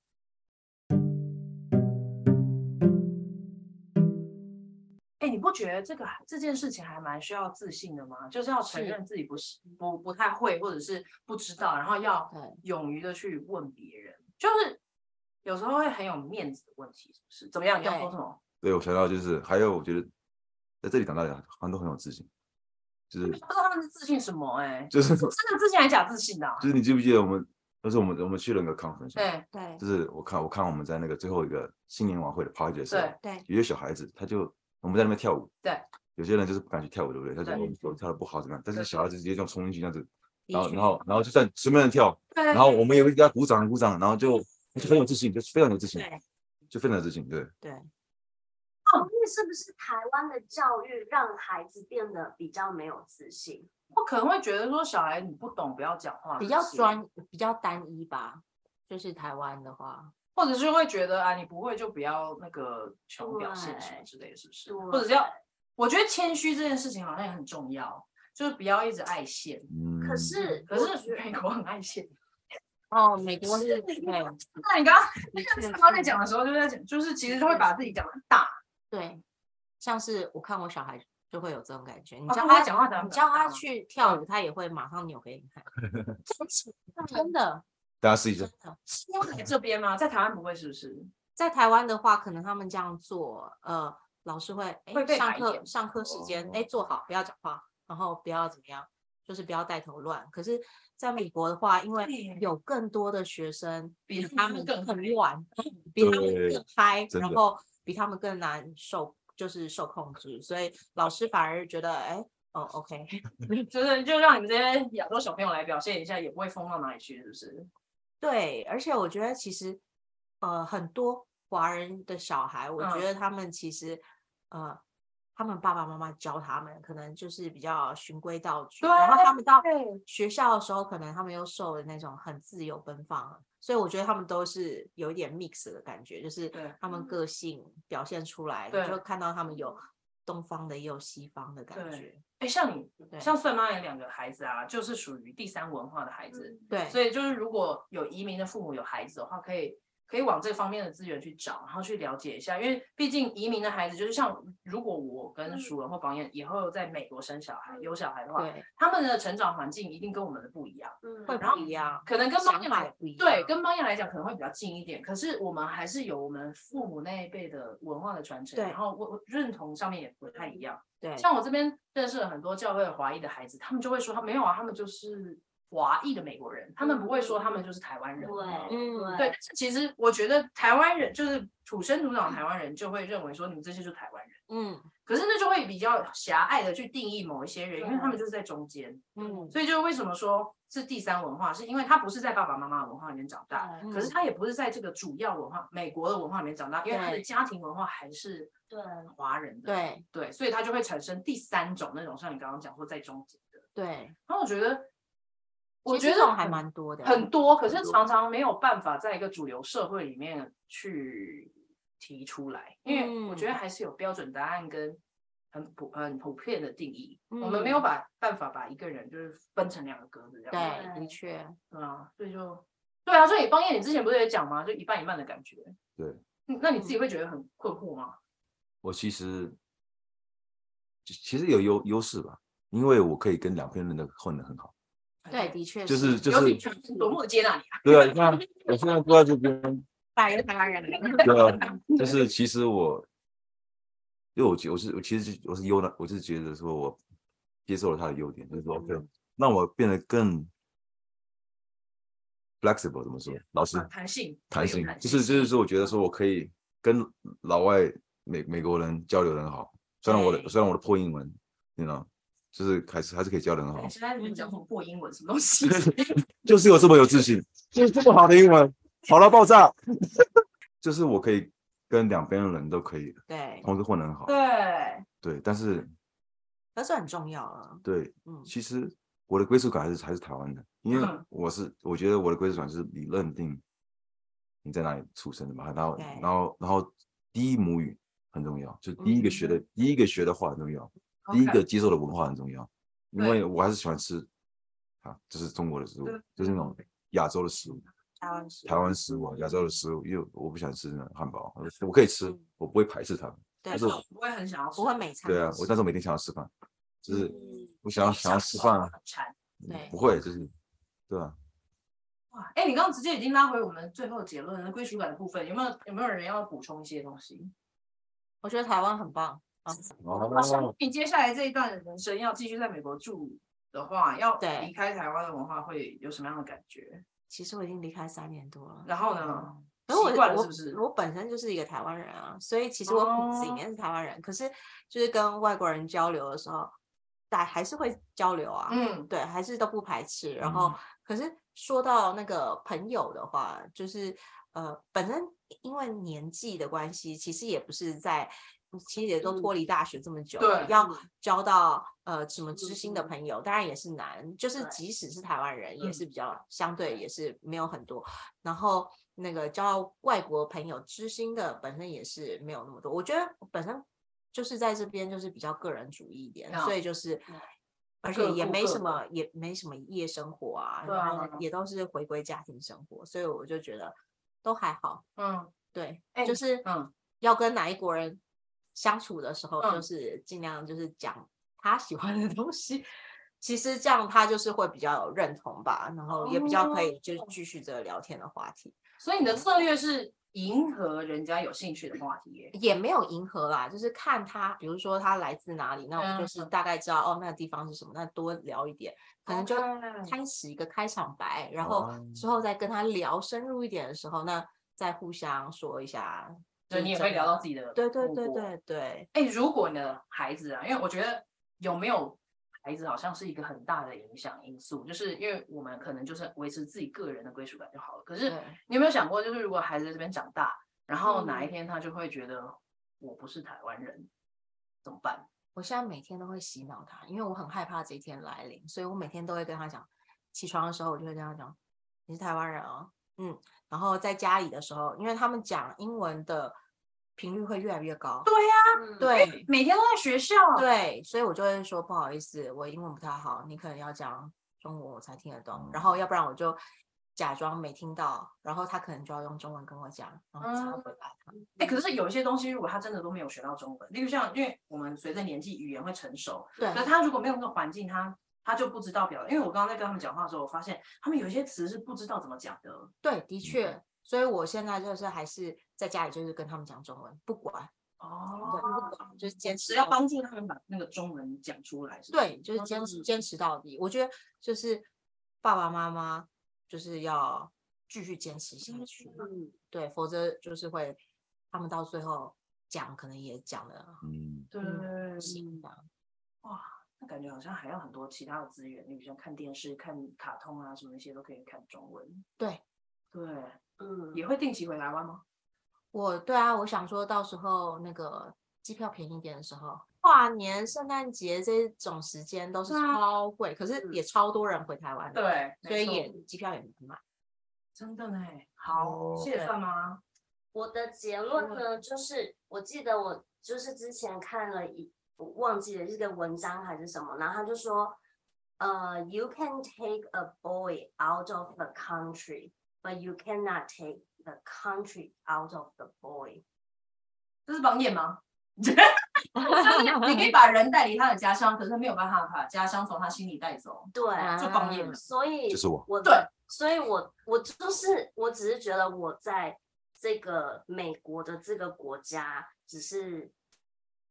S1: 哎，你不觉得这个这件事情还蛮需要自信的吗？就是要承
S5: 是
S1: 认自己不是不不太会，或者是不知道，然后要
S5: 对
S1: 勇于的去问别人，就是有时候会很有面子的问题，是不是？怎么样？你要说
S5: 对
S1: 什么？
S2: 对我想到就是还有我觉得在这里长大的好像都很有自信，就
S1: 不
S2: 是
S1: 知道他们是自信什么、哎，
S2: 就是就
S1: 真的自信还是假自信的、啊？
S2: 是你记不记得我们那时候我们我们去了那个 conference，嘛
S1: 对
S5: 对
S2: 就是我看我看我们在那个最后一个新年晚会的 party 的时候，
S1: 对
S5: 对
S2: 有些小孩子他就我们在那边跳舞，
S1: 对，
S2: 有些人就是不敢去跳舞，对不对？他就
S1: 对
S2: 哦我跳的不好怎么样？但是
S1: 对
S2: 小孩子直接这样冲进去这样子，
S5: 的
S2: 然后
S5: 确
S2: 然后然后就算随便人跳，
S1: 对，
S2: 然后我们也会给他鼓掌鼓掌，然后就就很有自信，就是非常有自信，
S5: 对
S2: 就非常有自信，对。
S5: 对
S4: 因为是不是台湾的教育让孩子变得比较没有自信？
S1: 我可能会觉得说小孩你不懂不要讲话，
S5: 比较
S1: 是
S5: 专比较单一吧，就是台湾的话，
S1: 或者是会觉得啊，你不会就不要那个求表现什么
S4: 对
S1: 之类的，是不是？或者是
S4: 对
S1: 要，我觉得谦虚这件事情好像也很重要，就是不要一直爱现。
S2: 嗯，
S4: 可是，
S1: 可
S4: 我
S1: 是
S4: 觉
S1: 美国很爱现。
S5: 哦，美国是对
S1: 那你刚刚
S5: 的
S1: 那
S5: 确
S1: 个他在
S5: 是
S1: 讲的时候，就在讲，就是其实他会把自己讲得很大，
S5: 对，像是我看我小孩就会有这种感觉，你
S1: 哦
S5: 教
S1: 他会
S5: 他
S1: 讲话讲得
S5: 你
S1: 比较
S5: 教他
S1: 大
S5: 去跳舞，他也会马上扭给你 看，真的
S2: 大家试一下
S5: 真，的。
S1: 是因为在这边吗？在台湾不会是不是？
S5: 在台湾的话，可能他们这样做，呃，老师会
S1: 会
S5: 哎
S1: 被哦
S5: 上
S1: 打一
S5: 课
S1: 点
S5: 上课时间哎坐好，不要讲话，然后不要怎么样，就是不要带头乱。可是在美国的话，因为
S1: 对耶
S5: 有更多的学生
S1: 比他
S5: 他
S1: 们
S5: 们
S1: 更嗨
S5: 更乱，比他们
S2: 对
S5: 更嗨，
S2: 真
S5: 然
S2: 的
S5: 后比他们更难受，就是受控制，所以老师反而觉得哎哦 OK，
S1: 就是就让你们这些亚洲小朋友来表现一下，也不会疯到哪里去，是不是？
S5: 对，而且我觉得其实呃很多华人的小孩，我
S1: 嗯
S5: 觉得他们其实呃他们爸爸妈妈教他们，可能就是比较循规蹈矩，然后他们到
S1: 对
S5: 学校的时候，可能他们又受了那种很自由奔放，所以我觉得他们都是有一点 mix 的感觉，就是
S1: 对
S5: 他们
S4: 嗯
S5: 个性表现出来，你
S1: 对
S5: 就看到他们有东方的也有西方的感
S1: 对
S5: 觉，
S1: 哎，像你
S5: 对
S1: 像帅妈有两个孩子啊，就是属于第三文化的孩子，
S5: 对
S1: 所以就是如果有移民的父母有孩子的话，可以可以往这方面的资源去找，然后去了解一下，因为毕竟移民的孩子就是像如果我跟
S4: 嗯
S1: 熟人或朋友以后在美国生小孩、有小孩的话，
S5: 对，
S1: 他们的成长环境一定跟我们的不一样，
S4: 嗯，
S5: 会
S1: 然后
S5: 不一样，
S1: 可能跟邦
S5: 想
S1: 彦
S5: 法也
S1: 来
S5: 不一样，
S1: 对跟邦彦来讲可能会比较近一点，可是我们还是有我们父母那一辈的文化的传承，
S5: 对
S1: 然后我我认同上面也不太一样。
S5: 对
S1: 像我这边认识了很多教会华裔的孩子，他们就会说他没有啊，他们就是华裔的美国人，他们不会说他们就是台湾人。
S4: 对，
S5: 嗯
S1: 对，但是其实我觉得台湾人就是土生土长的台湾人就会认为说你们这些就是台湾人，
S5: 嗯
S1: 可是那就会比较狭隘的去定义某一些人，因为他们就是在中间，
S5: 嗯，
S1: 所以就是为什么说是第三文化，是因为他不是在爸爸妈妈的文化里面长大，
S5: 嗯
S4: 对
S1: 可是他也不是在这个主要文化美国的文化里面长大，因为他的
S5: 对
S1: 家庭文化还是
S4: 对，
S1: 华人的。
S5: 对
S1: 对，所以它就会产生第三种那种，像你刚刚讲说在中间的。
S5: 对，
S1: 然后我觉得，我
S5: 其
S1: 觉
S5: 实
S1: 得
S5: 这种还
S1: 很
S5: 蛮多的，
S1: 很多，可是
S2: 很多
S1: 常常没有办法在一个主流社会里面去提出来，因为我觉得
S5: 嗯
S1: 还是有标准答案跟很普很普遍的定义，我们没有
S5: 嗯
S1: 把办法把一个人就是分成两个格子这样子。
S5: 对，
S4: 对
S5: 的确，
S1: 对啊，所以就对啊，所以方燕你之前不是也讲吗？就一半一半的感觉。
S2: 对
S1: 嗯，那你自己会觉得很困惑吗？
S2: 我其实其其实有优优势吧，因为我可以跟两边人的混得很 好，
S5: 对，的确
S2: 就是就
S1: 尤其
S2: 是
S1: 全是多么的接纳你啊！
S2: 对啊，你看我现在坐在这边，
S5: 百个台湾人，
S2: 对啊，就是其实我，因为我觉我是我其实我是优的，我是觉得说我接受了他的优点，
S5: 嗯
S2: 就是说 OK，让我变得更 flexible 怎么说？老师
S1: 啊弹性，
S2: 弹
S1: 会有
S2: 性，就是就是说，我觉得说我可以跟老外美美国人交流得很好，虽然我的
S5: 对
S2: 虽然我的破英文，你知道，就是还是还是可以交流得很好
S1: 你，现在你讲什么破英文什么东 西？
S2: 就是有这么有自信，就是这么好的英文，好到爆炸，就是我可以跟两边的人都可以
S5: 对，
S2: 同时混得很好，
S1: 对，
S2: 对，但是
S5: 可是很重要啊，
S2: 对，
S5: 嗯，
S2: 其实我的归属感还是还是台湾的，因为
S1: 嗯
S2: 我是我觉得我的归属感是你认定你在哪里出生的嘛，然后
S5: 对
S2: 然后然后第一母语很重要，就第一个学的、第一个学的话很重要，第一
S1: OK
S2: 个接受的文化很重要，因
S1: 对
S2: 为我还是喜欢吃啊，就是中国的食物
S1: 对，
S2: 就是那种亚洲的食物，
S5: 台湾是
S2: 台湾食物啊，亚洲的食物，因为我不喜欢吃那种汉堡，我我可以吃
S5: 嗯，
S2: 我不会排斥它们，
S5: 对
S2: 但是
S1: 所以
S2: 我
S1: 我不会很想要吃，
S5: 不会每餐
S2: 对啊
S5: 都，
S2: 我
S5: 吃
S2: 那时候每天想要吃饭，就是
S4: 嗯
S2: 我想要想要吃饭啊，
S1: 很馋。
S5: 对
S2: 不会就是，对啊，
S1: 哇，哎，你刚刚直接已经拉回我们最后结论了，归属感的部分，有没有有没有人要补充一些东西？
S5: 我觉得台湾很棒，
S1: 我想
S2: 哦，
S1: 你接下来这一段人生要继续在美国住的话，要
S5: 对
S1: 离开台湾的文化会有什么样的感觉？
S5: 其实我已经离开三年多了。嗯
S1: 然后呢？
S5: 可是我
S1: 习惯了是不是
S5: 我我本身就是一个台湾人啊，所以其实我骨子里
S1: 哦
S5: 面是台湾人，可是就是跟外国人交流的时候，但还是会交流啊，
S1: 嗯，
S5: 对，还是都不排斥。然后，可是说到那个朋友的话，就是呃，本身因为年纪的关系，其实也不是在，其实也都脱离大学这么久了，
S1: 嗯对嗯
S5: 要交到呃什么知心的
S4: 嗯
S5: 朋友，当然也是难。就是
S4: 对
S5: 即使是台湾人，也
S1: 嗯
S5: 是比较相对也是没有很多。然后那个交到外国朋友，知心的本身也是没有那么多。我觉得我本身就是在这边就是比较个人主义一点，所
S1: 嗯
S5: 以就是。而
S1: 各
S5: 且也
S1: 顾
S5: 没
S1: 各
S5: 什
S1: 的
S5: 么，也没什么夜生活啊，
S1: 对
S5: 然后
S1: 啊
S5: 也都是回归家庭生活，所以我就觉得都还好。
S1: 嗯
S5: 对，
S1: 哎
S5: 就
S1: 你
S5: 是
S1: 嗯，
S5: 要跟哪一国人相处的时候，就
S1: 嗯
S5: 是尽量就是讲他喜欢的东西。其实这样他就是会比较有认同吧，然后也比较
S1: 哦
S5: 可以
S1: 嗯
S5: 就是继续这个聊天的话题，
S1: 所以你的策略是迎合人家有兴趣的话题耶。
S5: 也没有迎合啦，就是看他，比如说他来自哪里，那我就
S1: 嗯
S5: 是大概知道哦那个地方是什么，那多聊一点，可能就
S1: OK
S5: 开始一个开场白，然后
S2: 哦
S5: 之后再跟他聊深入一点的时候，那再互相说一下，就
S1: 所以
S5: 是
S1: 你也
S5: 真
S1: 会聊
S5: 的
S1: 到自己的
S5: 对对
S1: 故
S5: 对
S1: 国
S5: 对对，
S1: 哎、如果你的孩子啊，因为我觉得有没有孩子好像是一个很大的影响因素，就是因为我们可能就是维持自己个人的归属感就好了。可是
S5: 对
S1: 你有没有想过，就是如果孩子在这边长大，然后哪一
S5: 嗯
S1: 天他就会觉得我不是台湾人，怎么办？
S5: 我现在每天都会洗脑他，因为我很害怕这一天来临，所以我每天都会跟他讲，起床的时候我就会跟他讲，你是台湾人哦，嗯，然后在家里的时候，因为他们讲英文的频率会越来越高，
S1: 对呀、
S4: 嗯
S5: 对
S1: 每天都在学校。
S5: 对，所以我就会说不好意思，我英文不太好，你可能要讲中文我才听得懂，然后要不然我就假装没听到，然后他可能就要用中文跟我讲，然后才会回答他。
S1: 哎、可是有一些东西，如果他真的都没有学到中文，例如像，因为我们随着年纪语言会成熟，
S5: 对
S1: 可是他如果没有那个环境，他他就不知道表达。因为我刚刚在跟他们讲话的时候，我发现他们有一些词是不知道怎么讲的。
S5: 对，
S1: 嗯
S5: 的确，所以我现在就是还是在家里就是跟他们讲中文，不管。对，
S1: 哦，
S5: 不管就是坚持
S1: 只要
S5: 到
S1: 帮助他们把那个中文讲出来，是不是
S5: 对，就是坚持
S1: 嗯
S5: 坚持到底。我觉得就是爸爸妈妈就是要继续坚持下去，
S4: 嗯
S5: 对，否则就是会他们到最后讲可能也讲的
S2: 嗯，
S1: 对
S5: 嗯
S1: 对
S5: 不行这样
S1: 哇，那感觉好像还有很多其他的资源，你比如像看电视、看卡通啊什么那些都可以看中文。
S5: 对
S1: 对，
S4: 嗯，
S1: 也会定期回台湾吗？
S5: 我对啊，我想说到时候那个机票便宜一点的时候，跨年、圣诞节这种时间都是
S1: 对啊
S5: 超贵，可是
S4: 嗯
S5: 也超多人回台湾的，
S1: 对，
S5: 所以
S1: 没错
S5: 也机票也难买。
S1: 真的呢。好，
S2: 哦
S1: 谢谢
S5: 对
S1: 范妈。
S4: 我的结论呢，就是我记得我就是之前看了一，我忘记了是个文章还是什么，然后他就说，呃、y o u can take a boy out of the country, but you cannot take the country out of the boy。
S1: 这是榜眼 吗？你可以把人带离他的家乡，可是没有办法把家乡从他心里带走，
S4: 对，
S5: 啊
S1: 就榜眼了。
S4: 所以
S2: 就是我
S4: 我
S1: 对
S4: 的，所以我我就是我只是觉得我在这个美国的这个国家只是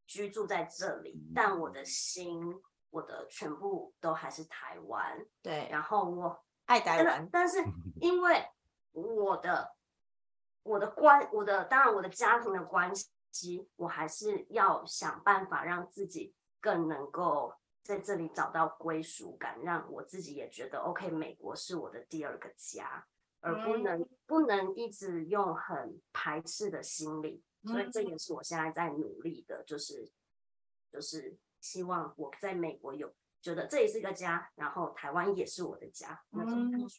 S4: 居住在这里，
S2: 嗯
S4: 但我的心，我的全部都还是台湾。
S5: 对，
S4: 然后我，
S5: 爱台
S4: 但
S5: 湾，
S4: 但是因为我的我的关我的当然我的家庭的关系，我还是要想办法让自己更能够在这里找到归属感，让我自己也觉得 OK，美国是我的第二个家，而不
S1: 嗯
S4: 能、不能一直用很排斥的心理，所以这也是我现在在努力的，就是就是希望我在美国有觉得这里是个家，然后台湾也是我的家那种感
S1: 嗯
S4: 觉。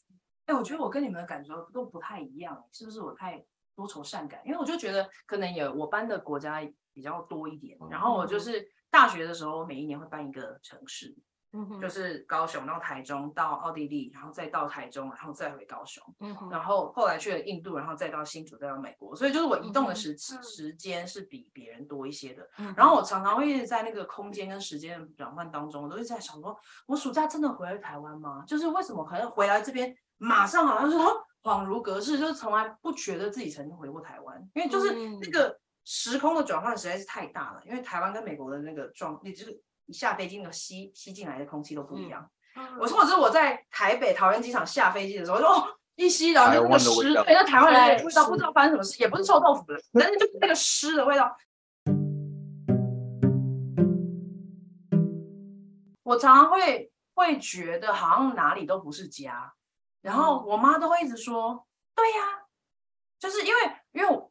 S1: 哎、我觉得我跟你们的感受都不太一样，是不是我太多愁善感？因为我就觉得可能有我搬的国家比较多一点，然后我就
S5: 嗯
S1: 是大学的时候，每一年会搬一个城市，
S5: 嗯哼
S1: 就是高雄，然后台中到奥地利，然后再到台中，然后再回高雄，
S5: 嗯哼
S1: 然后后来去了印度，然后再到新竹，再到美国。所以就是我移动的时
S4: 嗯
S1: 时间是比别人多一些的。
S5: 嗯
S1: 然后我常常会一直在那个空间跟时间的转换当中，我都一直在想说，我暑假真的回来台湾吗？就是为什么可能回来这边，马上好像是哦恍如隔世，就是从来不觉得自己曾经回过台湾，因为就是那
S5: 嗯
S1: 个时空的转换实在是太大了。因为台湾跟美国的那个状，你就是一下飞机那个吸吸进来的空气都不一
S5: 嗯
S1: 样。我说，我是我在台北桃园机场下飞机的时候，我就哦。一吸，然后就那
S2: 台
S1: 个
S2: 湾的味
S1: 湿，
S2: 道
S1: 对，那台湾人的
S5: 对
S1: 味道，不
S5: 是
S1: 知道发生什么事，也不是臭豆腐的，但是就是那个湿的味道，我常常会会觉得好像哪里都不是家，然后我妈都会一直说，对呀、就是因为因为我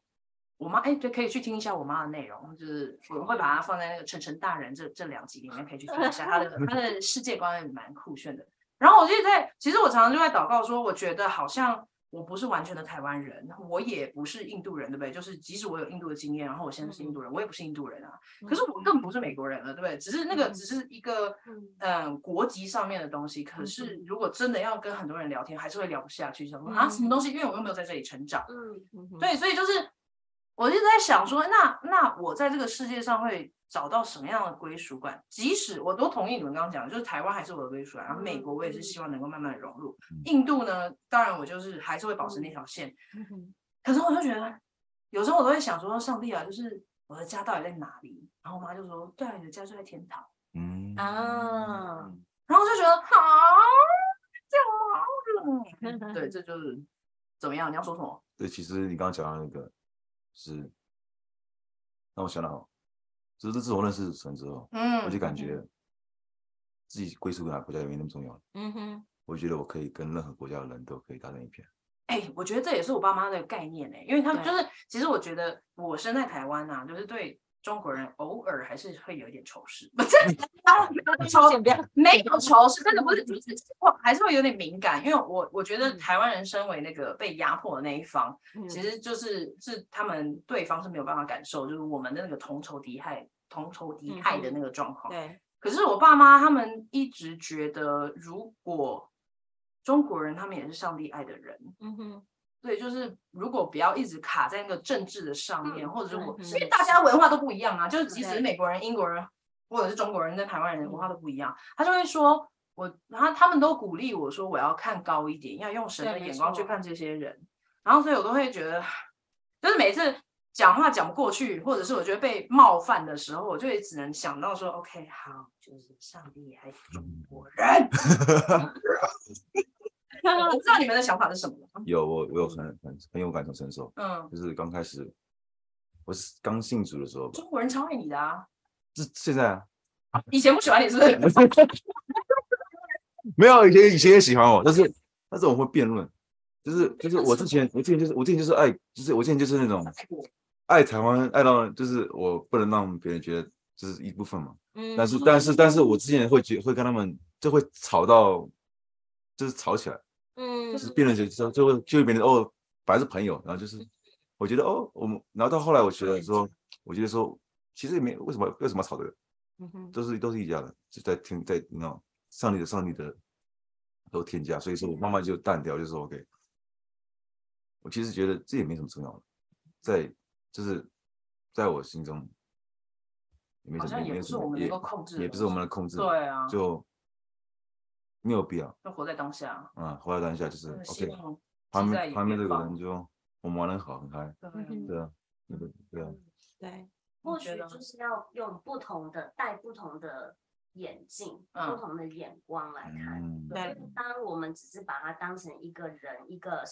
S1: 我妈哎，对，可以去听一下我妈的内容，就是我会把它放在那个晨晨大人这这两集里面，可以去听一下她 的她的世界观也蛮酷炫的。然后我就一直在，其实我常常就在祷告说，我觉得好像我不是完全的台湾人，我也不是印度人，对不对？就是即使我有印度的经验，然后我现在是
S5: 嗯
S1: 印度人，我也不是印度人啊。可是我更不是美国人了，对不对？只是那个
S5: 嗯
S1: 只是一个
S5: 嗯
S1: 嗯国籍上面的东西。可是如果真的要跟很多人聊天，还是会聊不下去，想说啊什么东西？因为我又没有在这里成长。
S4: 嗯，
S5: 嗯哼
S1: 对，所以就是我一直在想说，那那我在这个世界上会找到什么样的归属感？即使我都同意你们刚刚讲的，就是台湾还是我的归属感，然后美国我也是希望能够慢慢地融入。
S2: 嗯
S1: 印度呢，当然我就是还是会保持那条线，
S5: 嗯哼
S1: 可是我就觉得，有时候我都会想说，上帝啊，就是我的家到底在哪里？然后我妈就说，对啊，你的家就在天堂。
S2: 嗯，
S5: 啊，
S1: 然后我就觉得，好，这样好 冷。对，这就是怎么样？你要说什么？
S2: 对，其实你刚刚讲到那个，就是让我想到，就是自从认识神之后，
S1: 嗯，
S2: 我就感觉自己归属感国家也没那么重要了。
S5: 嗯哼，
S2: 我觉得我可以跟任何国家的人都可以打成一片。
S1: 哎、我觉得这也是我爸妈的概念呢、欸因为他们就
S5: 对
S1: 是，其实我觉得我生在台湾呐、就是对中国人偶尔还是会有一点仇视，不是当然没嗯有仇，
S5: 先不要，
S1: 没有仇视，真的不是，嗯不是，就是我还是会有点敏感，因为我我觉得台湾人身为那个被压迫的那一方，其实就是是他们对方是没有办法感受，就是我们的那个同仇敌忾、同仇敌忾的
S5: 嗯
S1: 那个状况。
S5: 对，
S1: 可是我爸妈他们一直觉得，如果中国人他们也是上帝爱的人。
S5: 嗯哼，
S1: 对，就是如果不要一直卡在那个政治的上面，或者是
S5: 对
S1: 我，
S5: 嗯
S1: 因为大家文化都不一样啊，就是即使
S5: 对
S1: 美国人、英国人或者是中国人跟台湾人文化
S5: 嗯
S1: 都不一样，他就会说我，他他们都鼓励我说我要看高一点，要用神
S5: 对
S1: 的
S5: 没
S1: 眼光去
S5: 错
S1: 看这些人，然后所以我都会觉得，就是每次讲话讲不过去，或者是我觉得被冒犯的时候，我就也只能想到说，OK，好，就是上帝还是中国人， 我不知道你们的想法是什么了，
S2: 有我，我有很很很有感同身受，
S1: 嗯，
S2: 就是刚开始我是刚信主的时候吧，
S1: 中国人超爱你的啊。
S2: 这现在啊，
S1: 以前不喜欢你是不是？
S2: 没有以前以前也喜欢我，但是但是我会辩论，就是就是我之前我之前就是我之前就是爱，就是我之前就是那种爱台湾爱到就是我不能让别人觉得这是一部分嘛，
S5: 嗯
S2: 但是但是但是我之前会觉会跟他们就会吵到，就是吵起来，
S5: 嗯
S2: 就是辩论就就就会就会变成哦，本来是朋友，然后就是我觉得哦，我们然后到后来我觉得说，我觉得说其实也没为什么为什么要吵这个，
S5: 嗯哼，
S2: 都是都是一家人，就在听在那种上帝的上帝的都添加，所以说我慢慢就淡掉，就说 OK。我其实觉得这也没什么重要的，在就是在我心中也没
S1: 好
S2: 什么，
S1: 像也
S2: 没
S1: 不
S2: 什
S1: 是我
S2: 么，
S1: 们能
S2: 也
S1: 够控制的
S2: 也
S1: 东
S2: 不是我
S1: 西
S2: 们的控制，
S1: 对啊，就
S2: 就没有必要
S1: 活在当下，
S2: 啊。后来当下就是
S1: 真的
S2: OK，
S1: 希望
S2: 旁
S1: 现在
S2: 边
S1: 也
S2: 旁边
S1: 别
S2: 这个
S1: 放
S2: 人就我们玩的很好，很嗨，
S1: 对
S5: 嗯
S2: 对啊，那个对啊，
S5: 对，
S1: 我
S4: 或
S1: 觉
S4: 许
S1: 得
S4: 就是要用不同的戴不同的眼镜、
S1: 嗯
S4: 不同的眼光来看。
S2: 嗯，
S5: 对
S4: 当我们只是把它当成一个人、一个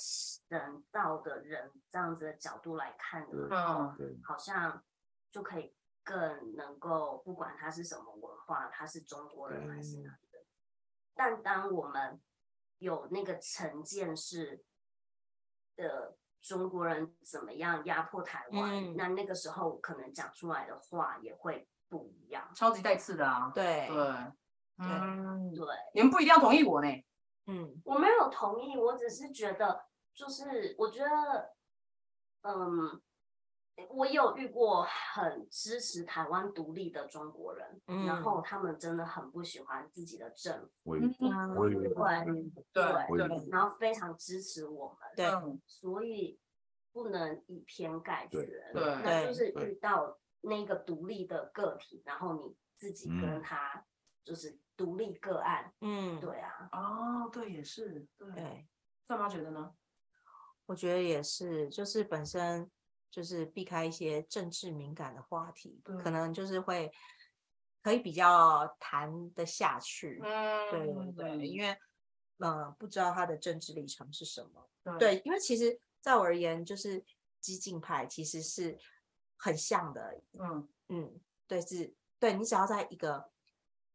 S4: 人道的人这样子的角度来看的时候，
S1: 嗯
S2: 对，
S4: 好像就可以更能够，不管他是什么文化，他是中国人还是哪里人。但当我们有那个成见是的中国人怎么样压迫台湾，
S5: 嗯
S4: 那那个时候可能讲出来的话也会不一样。
S1: 超级带刺的啊，
S5: 对
S1: 对，嗯，
S4: 对，
S1: 你们不一定要同意我呢，
S5: 嗯
S4: 我没有同意，我只是觉得，就是我觉得，嗯，我有遇过很支持台湾独立的中国人，
S5: 嗯
S4: 然后他们真的很不喜欢自己的政府，
S2: 我也
S1: 嗯
S2: 我也有
S4: 对
S1: 对
S2: 我也
S1: 对
S4: 然后非常支持我们，
S5: 对
S1: 嗯
S4: 所以不能以偏概全
S2: 对，
S1: 对
S4: 那就
S5: 对
S4: 是
S2: 对
S4: 遇到那个独立的个体，然后你自己
S2: 嗯
S4: 跟他就是独立个案，
S5: 嗯，
S4: 对啊，
S1: 哦，对，也是对。
S5: 对，
S1: 干嘛觉得呢？
S5: 我觉得也是，就是本身就是避开一些政治敏感的话题，可
S1: 对
S5: 能就是会可以比较谈得下去。
S1: 嗯
S5: 对对对，因为呃不知道他的政治立场是什么。
S1: 对
S5: 对，因为其实在我而言，就是激进派其实是很像的，
S1: 嗯
S5: 嗯，对，是，对你只要在一个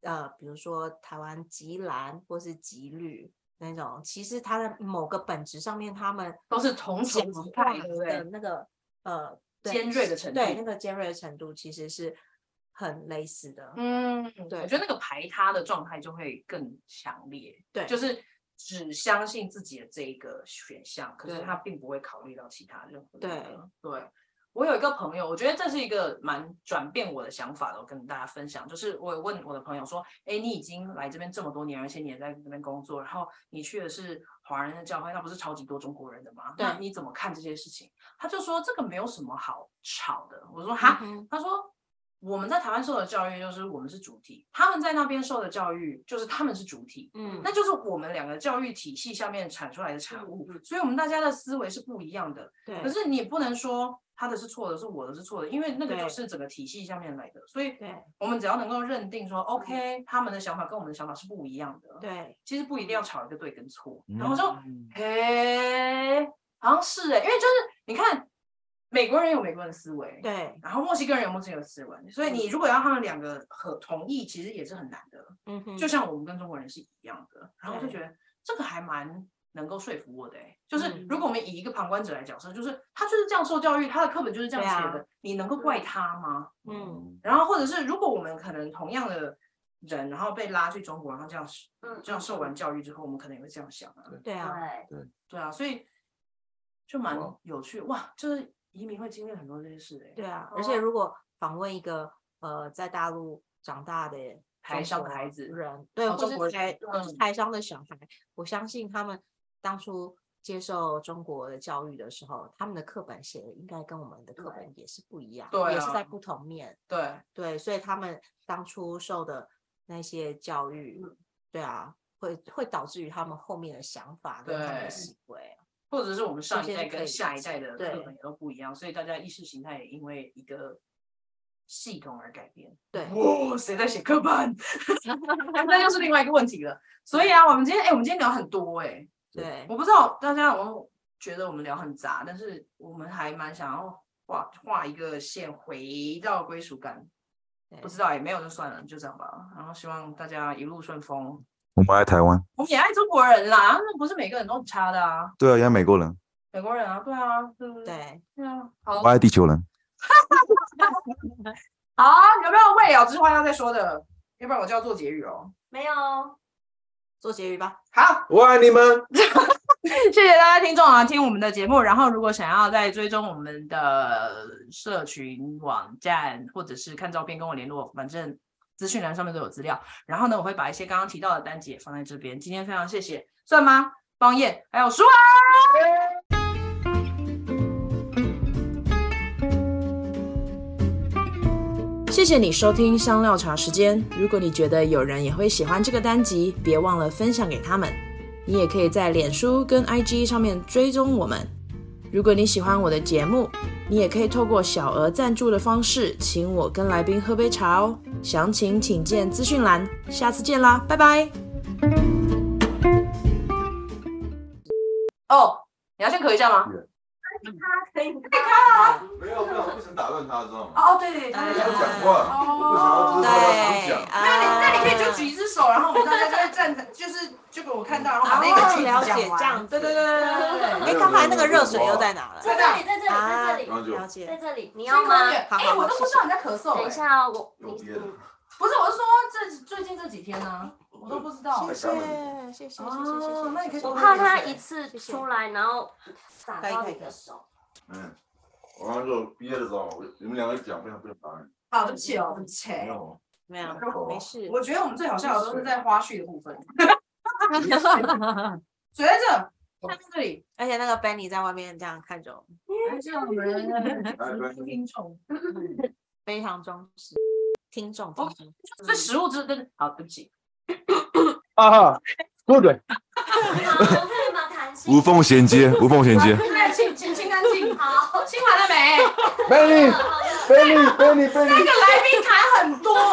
S5: 呃，比如说台湾极蓝或是极绿那种，其实它的某个本质上面，他们
S1: 都是同
S5: 讲
S1: 情
S5: 话
S1: 派，对不
S5: 的
S1: 对？
S5: 那个呃对
S1: 尖锐的程
S5: 对
S1: 度
S5: 那个尖锐的程度，其实是很类似的，
S1: 嗯，
S5: 对
S1: 我觉得那个排他的状态就会更强烈，
S5: 对，
S1: 就是只相信自己的这一个选项，可是
S5: 对
S1: 他并不会考虑到其他任何的
S5: 对
S1: 对。我有一个朋友，我觉得这是一个蛮转变我的想法的，我跟大家分享。就是我有问我的朋友说：“哎，你已经来这边这么多年，而且你也在这边工作，然后你去的是华人的教会，那不是超级多中国人的吗？那
S5: 对
S1: 你怎么看这些事情？”他就说：“这个没有什么好吵的。”我说：“哈，
S5: 嗯哼
S1: 他说我们在台湾受的教育就是我们是主体，他们在那边受的教育就是他们是主体，
S5: 嗯，
S1: 那就是我们两个教育体系下面产出来的产物，所以我们大家的思维是不一样的。
S5: 嗯对
S1: 可是你也不能说他的是错的，是我的是错的，因为那个就
S5: 对
S1: 是整个体系下面来的。所以
S5: 对
S1: 我们只要能够认定说，OK，他们的想法跟我们的想法是不一样的。
S5: 嗯对
S1: 其实不一定要吵一个对跟错。
S2: 嗯
S1: 然后我说，嘿，好像是哎、因为就是你看，美国人有美国人的思维，
S5: 对，
S1: 然后墨西哥人有墨西哥的思维，所以你如果要他们两个合同意，其实也是很难的。
S5: 嗯哼，
S1: 就像我们跟中国人是一样的，然后我就觉
S5: 对
S1: 得这个还蛮能够说服我的、欸，就是
S5: 嗯
S1: 如果我们以一个旁观者来讲说，就是他就是这样受教育，他的课本就是这样
S5: 对啊
S1: 写的，你能够怪他吗？
S5: 嗯
S1: 然后或者是如果我们可能同样的人，然后被拉去中国，然后这样
S4: 嗯
S1: 这样受完
S4: 嗯
S1: 教育之后，我们可能也会这样想啊，
S5: 对啊，
S4: 对，
S1: 对啊，所以就蛮
S2: 哇
S1: 有趣哇，就是移民会经历很多这些事、欸，
S5: 对啊，而且如果访问一个呃在大陆长大的
S1: 台
S5: 中
S1: 商的
S5: 国啊
S1: 孩子
S5: 人，对，
S1: 哦
S5: 或
S1: 中
S5: 是
S1: 国人
S5: 台或是
S1: 嗯
S5: 台商的小孩，我相信他们当初接受中国的教育的时候，他们的课本写的应该跟我们的课本也是不一样，
S1: 对
S5: 也是在
S1: 啊
S5: 不同面
S1: 对，
S5: 对，所以他们当初受的那些教育，
S1: 嗯
S5: 对啊，会会导致于他们后面的想法跟他们
S1: 对
S5: 的行为，
S1: 或者是我们上
S5: 这
S1: 一代
S5: 些是可
S1: 跟
S5: 以
S1: 下
S5: 理
S1: 一代
S5: 解
S1: 的
S5: 对
S1: 课本也都不一样，所以大家意识形态也因为一个系统而改变。
S5: 对
S1: 哇，谁在写课本？ 那又是另外一个问题了。所以啊，我们今天哎、我们今天聊很多哎、
S5: 对
S1: 我不知道大家有没有觉得我们聊很杂，但是我们还蛮想要画画一个线回到归属感。不知道也没有就算了，就这样吧。然后希望大家一路顺风。
S2: 我们爱台湾，
S1: 我们也爱中国人啦，那不是每个人都很差的啊，
S2: 对啊，也爱美国人，
S1: 美国人啊，对啊，对不
S5: 对
S1: 对？
S5: 对
S1: 对啊，好
S2: 我。爱地球人。
S1: 好，啊有没有未了之话要再说的？要不然我就要做结语哦。
S4: 没有。
S5: 做结语吧。
S1: 好，
S6: 我爱你们。
S1: 谢谢大家听众啊，听我们的节目。然后，如果想要再追踪我们的社群网站，或者是看照片跟我联络，反正资讯栏上面都有资料。然后呢，我会把一些刚刚提到的单子也放在这边。今天非常谢谢算吗？方燕还有舒啊。
S7: 谢谢你收听香料茶时间。如果你觉得有人也会喜欢这个单集，别忘了分享给他们。你也可以在脸书跟 IG 上面追踪我们。如果你喜欢我的节目，你也可以透过小额赞助的方式，请我跟来宾喝杯茶哦。详情请见资讯栏。下次见啦，拜拜。
S1: 哦，你要先咳一下吗？
S4: 他可以
S2: 没有没有，我不想打断他，知道吗？
S1: 哦，对对，对他在
S2: 他
S1: 讲哦
S2: 讲话，我不想要知道他怎么讲。
S1: 那你那你可以就
S5: 啊
S1: 举一只手，然后我们大家就会站着，就是就给我看到，然后把
S5: 啊，
S1: 那个句
S5: 了
S1: 子
S5: 解
S1: 讲
S5: 这样
S1: 完。
S5: 子，
S1: 对对对对对对对。
S5: 哎，刚才那个热水又在哪
S4: 在
S5: 了？
S4: 这里，在这里，
S5: 啊
S4: 在这
S2: 然后就
S4: 里，
S5: 了
S4: 在
S5: 解，
S4: 这里，你
S1: 你
S4: 要吗？
S1: 哎、
S5: 好好好
S1: 我都不知道你在咳嗽、
S4: 等一
S1: 哎，
S4: 下，我
S2: 有
S4: 你
S2: 别的
S4: 你
S1: 不是，我是说这最近这几天呢、我都不知道、
S2: 谢谢
S5: 谢谢谢谢谢
S1: 哦那你可以
S5: 谢谢，
S1: 多
S4: 我
S1: 喝
S4: 怕
S1: 点
S4: 他
S1: 水
S4: 一次
S5: 谢谢
S4: 出来，然后打
S5: 可以
S4: 到
S5: 可以
S4: 你
S5: 可以
S4: 的手。
S2: 嗯，我刚刚就毕业的时候，我你们两个讲，不想不想打你，
S1: 好，对不起哦，对不起。
S2: 没有，
S5: 没有
S2: 哦，
S5: 没事。
S1: 我觉得我们最好笑的都是在花絮的部分，随着下面这里，
S5: 而且那个 Benny 在外面这样看着我们，
S1: 还是我们
S2: 哎关心
S1: 听众，
S5: 非常忠实听众。
S1: 哦
S5: 听众
S1: 这食物之真好，对不起，
S6: 啊，对对，
S4: 好，可以吗？谈心
S2: 无缝衔接，无缝衔接。
S1: 现在清清清干净，
S4: 好，
S1: 清完了没？
S6: 贝利，
S4: 好了
S6: 贝利，贝利，贝
S1: 这
S6: 利，
S1: 个来宾谈很多哎、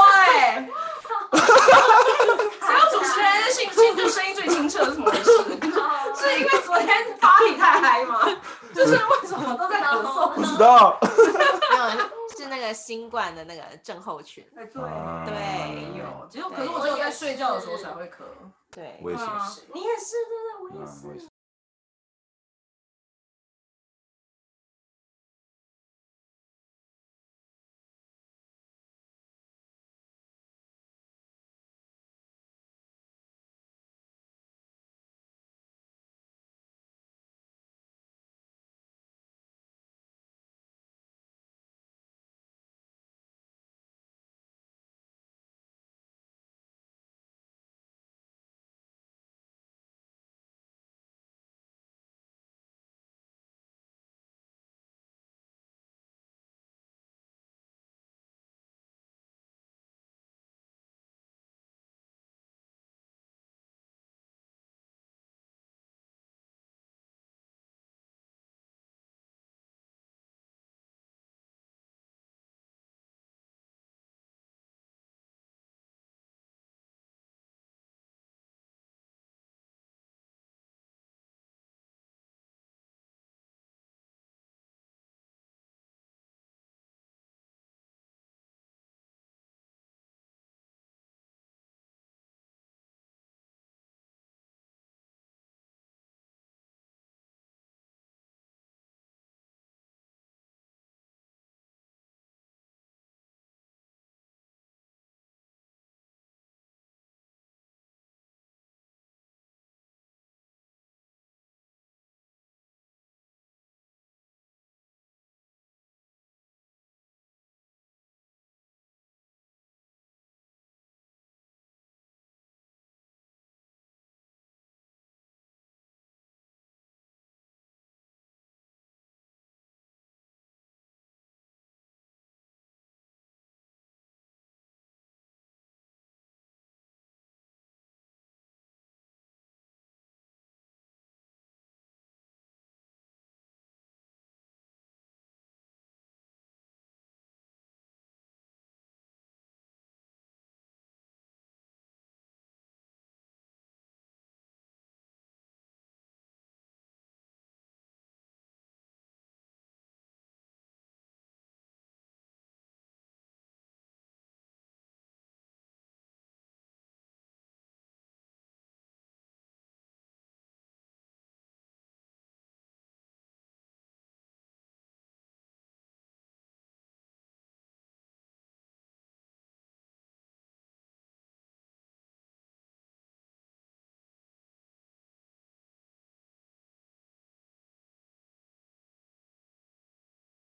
S1: 只要主持人信信就声音最清澈是怎么回事？
S4: 好
S1: 是因为昨天 party 太嗨吗？就是为什么都在咳 嗽？
S6: 不知道。
S5: 没有是那个新冠的那个症候群。
S2: 啊
S5: 对
S1: 有，只有可是我只有在睡觉的时候才会咳。
S5: 对，
S2: 我也是
S1: 对啊
S4: 你也是对不
S2: 嗯我
S4: 对？我也
S2: 也
S4: 是
S2: 是。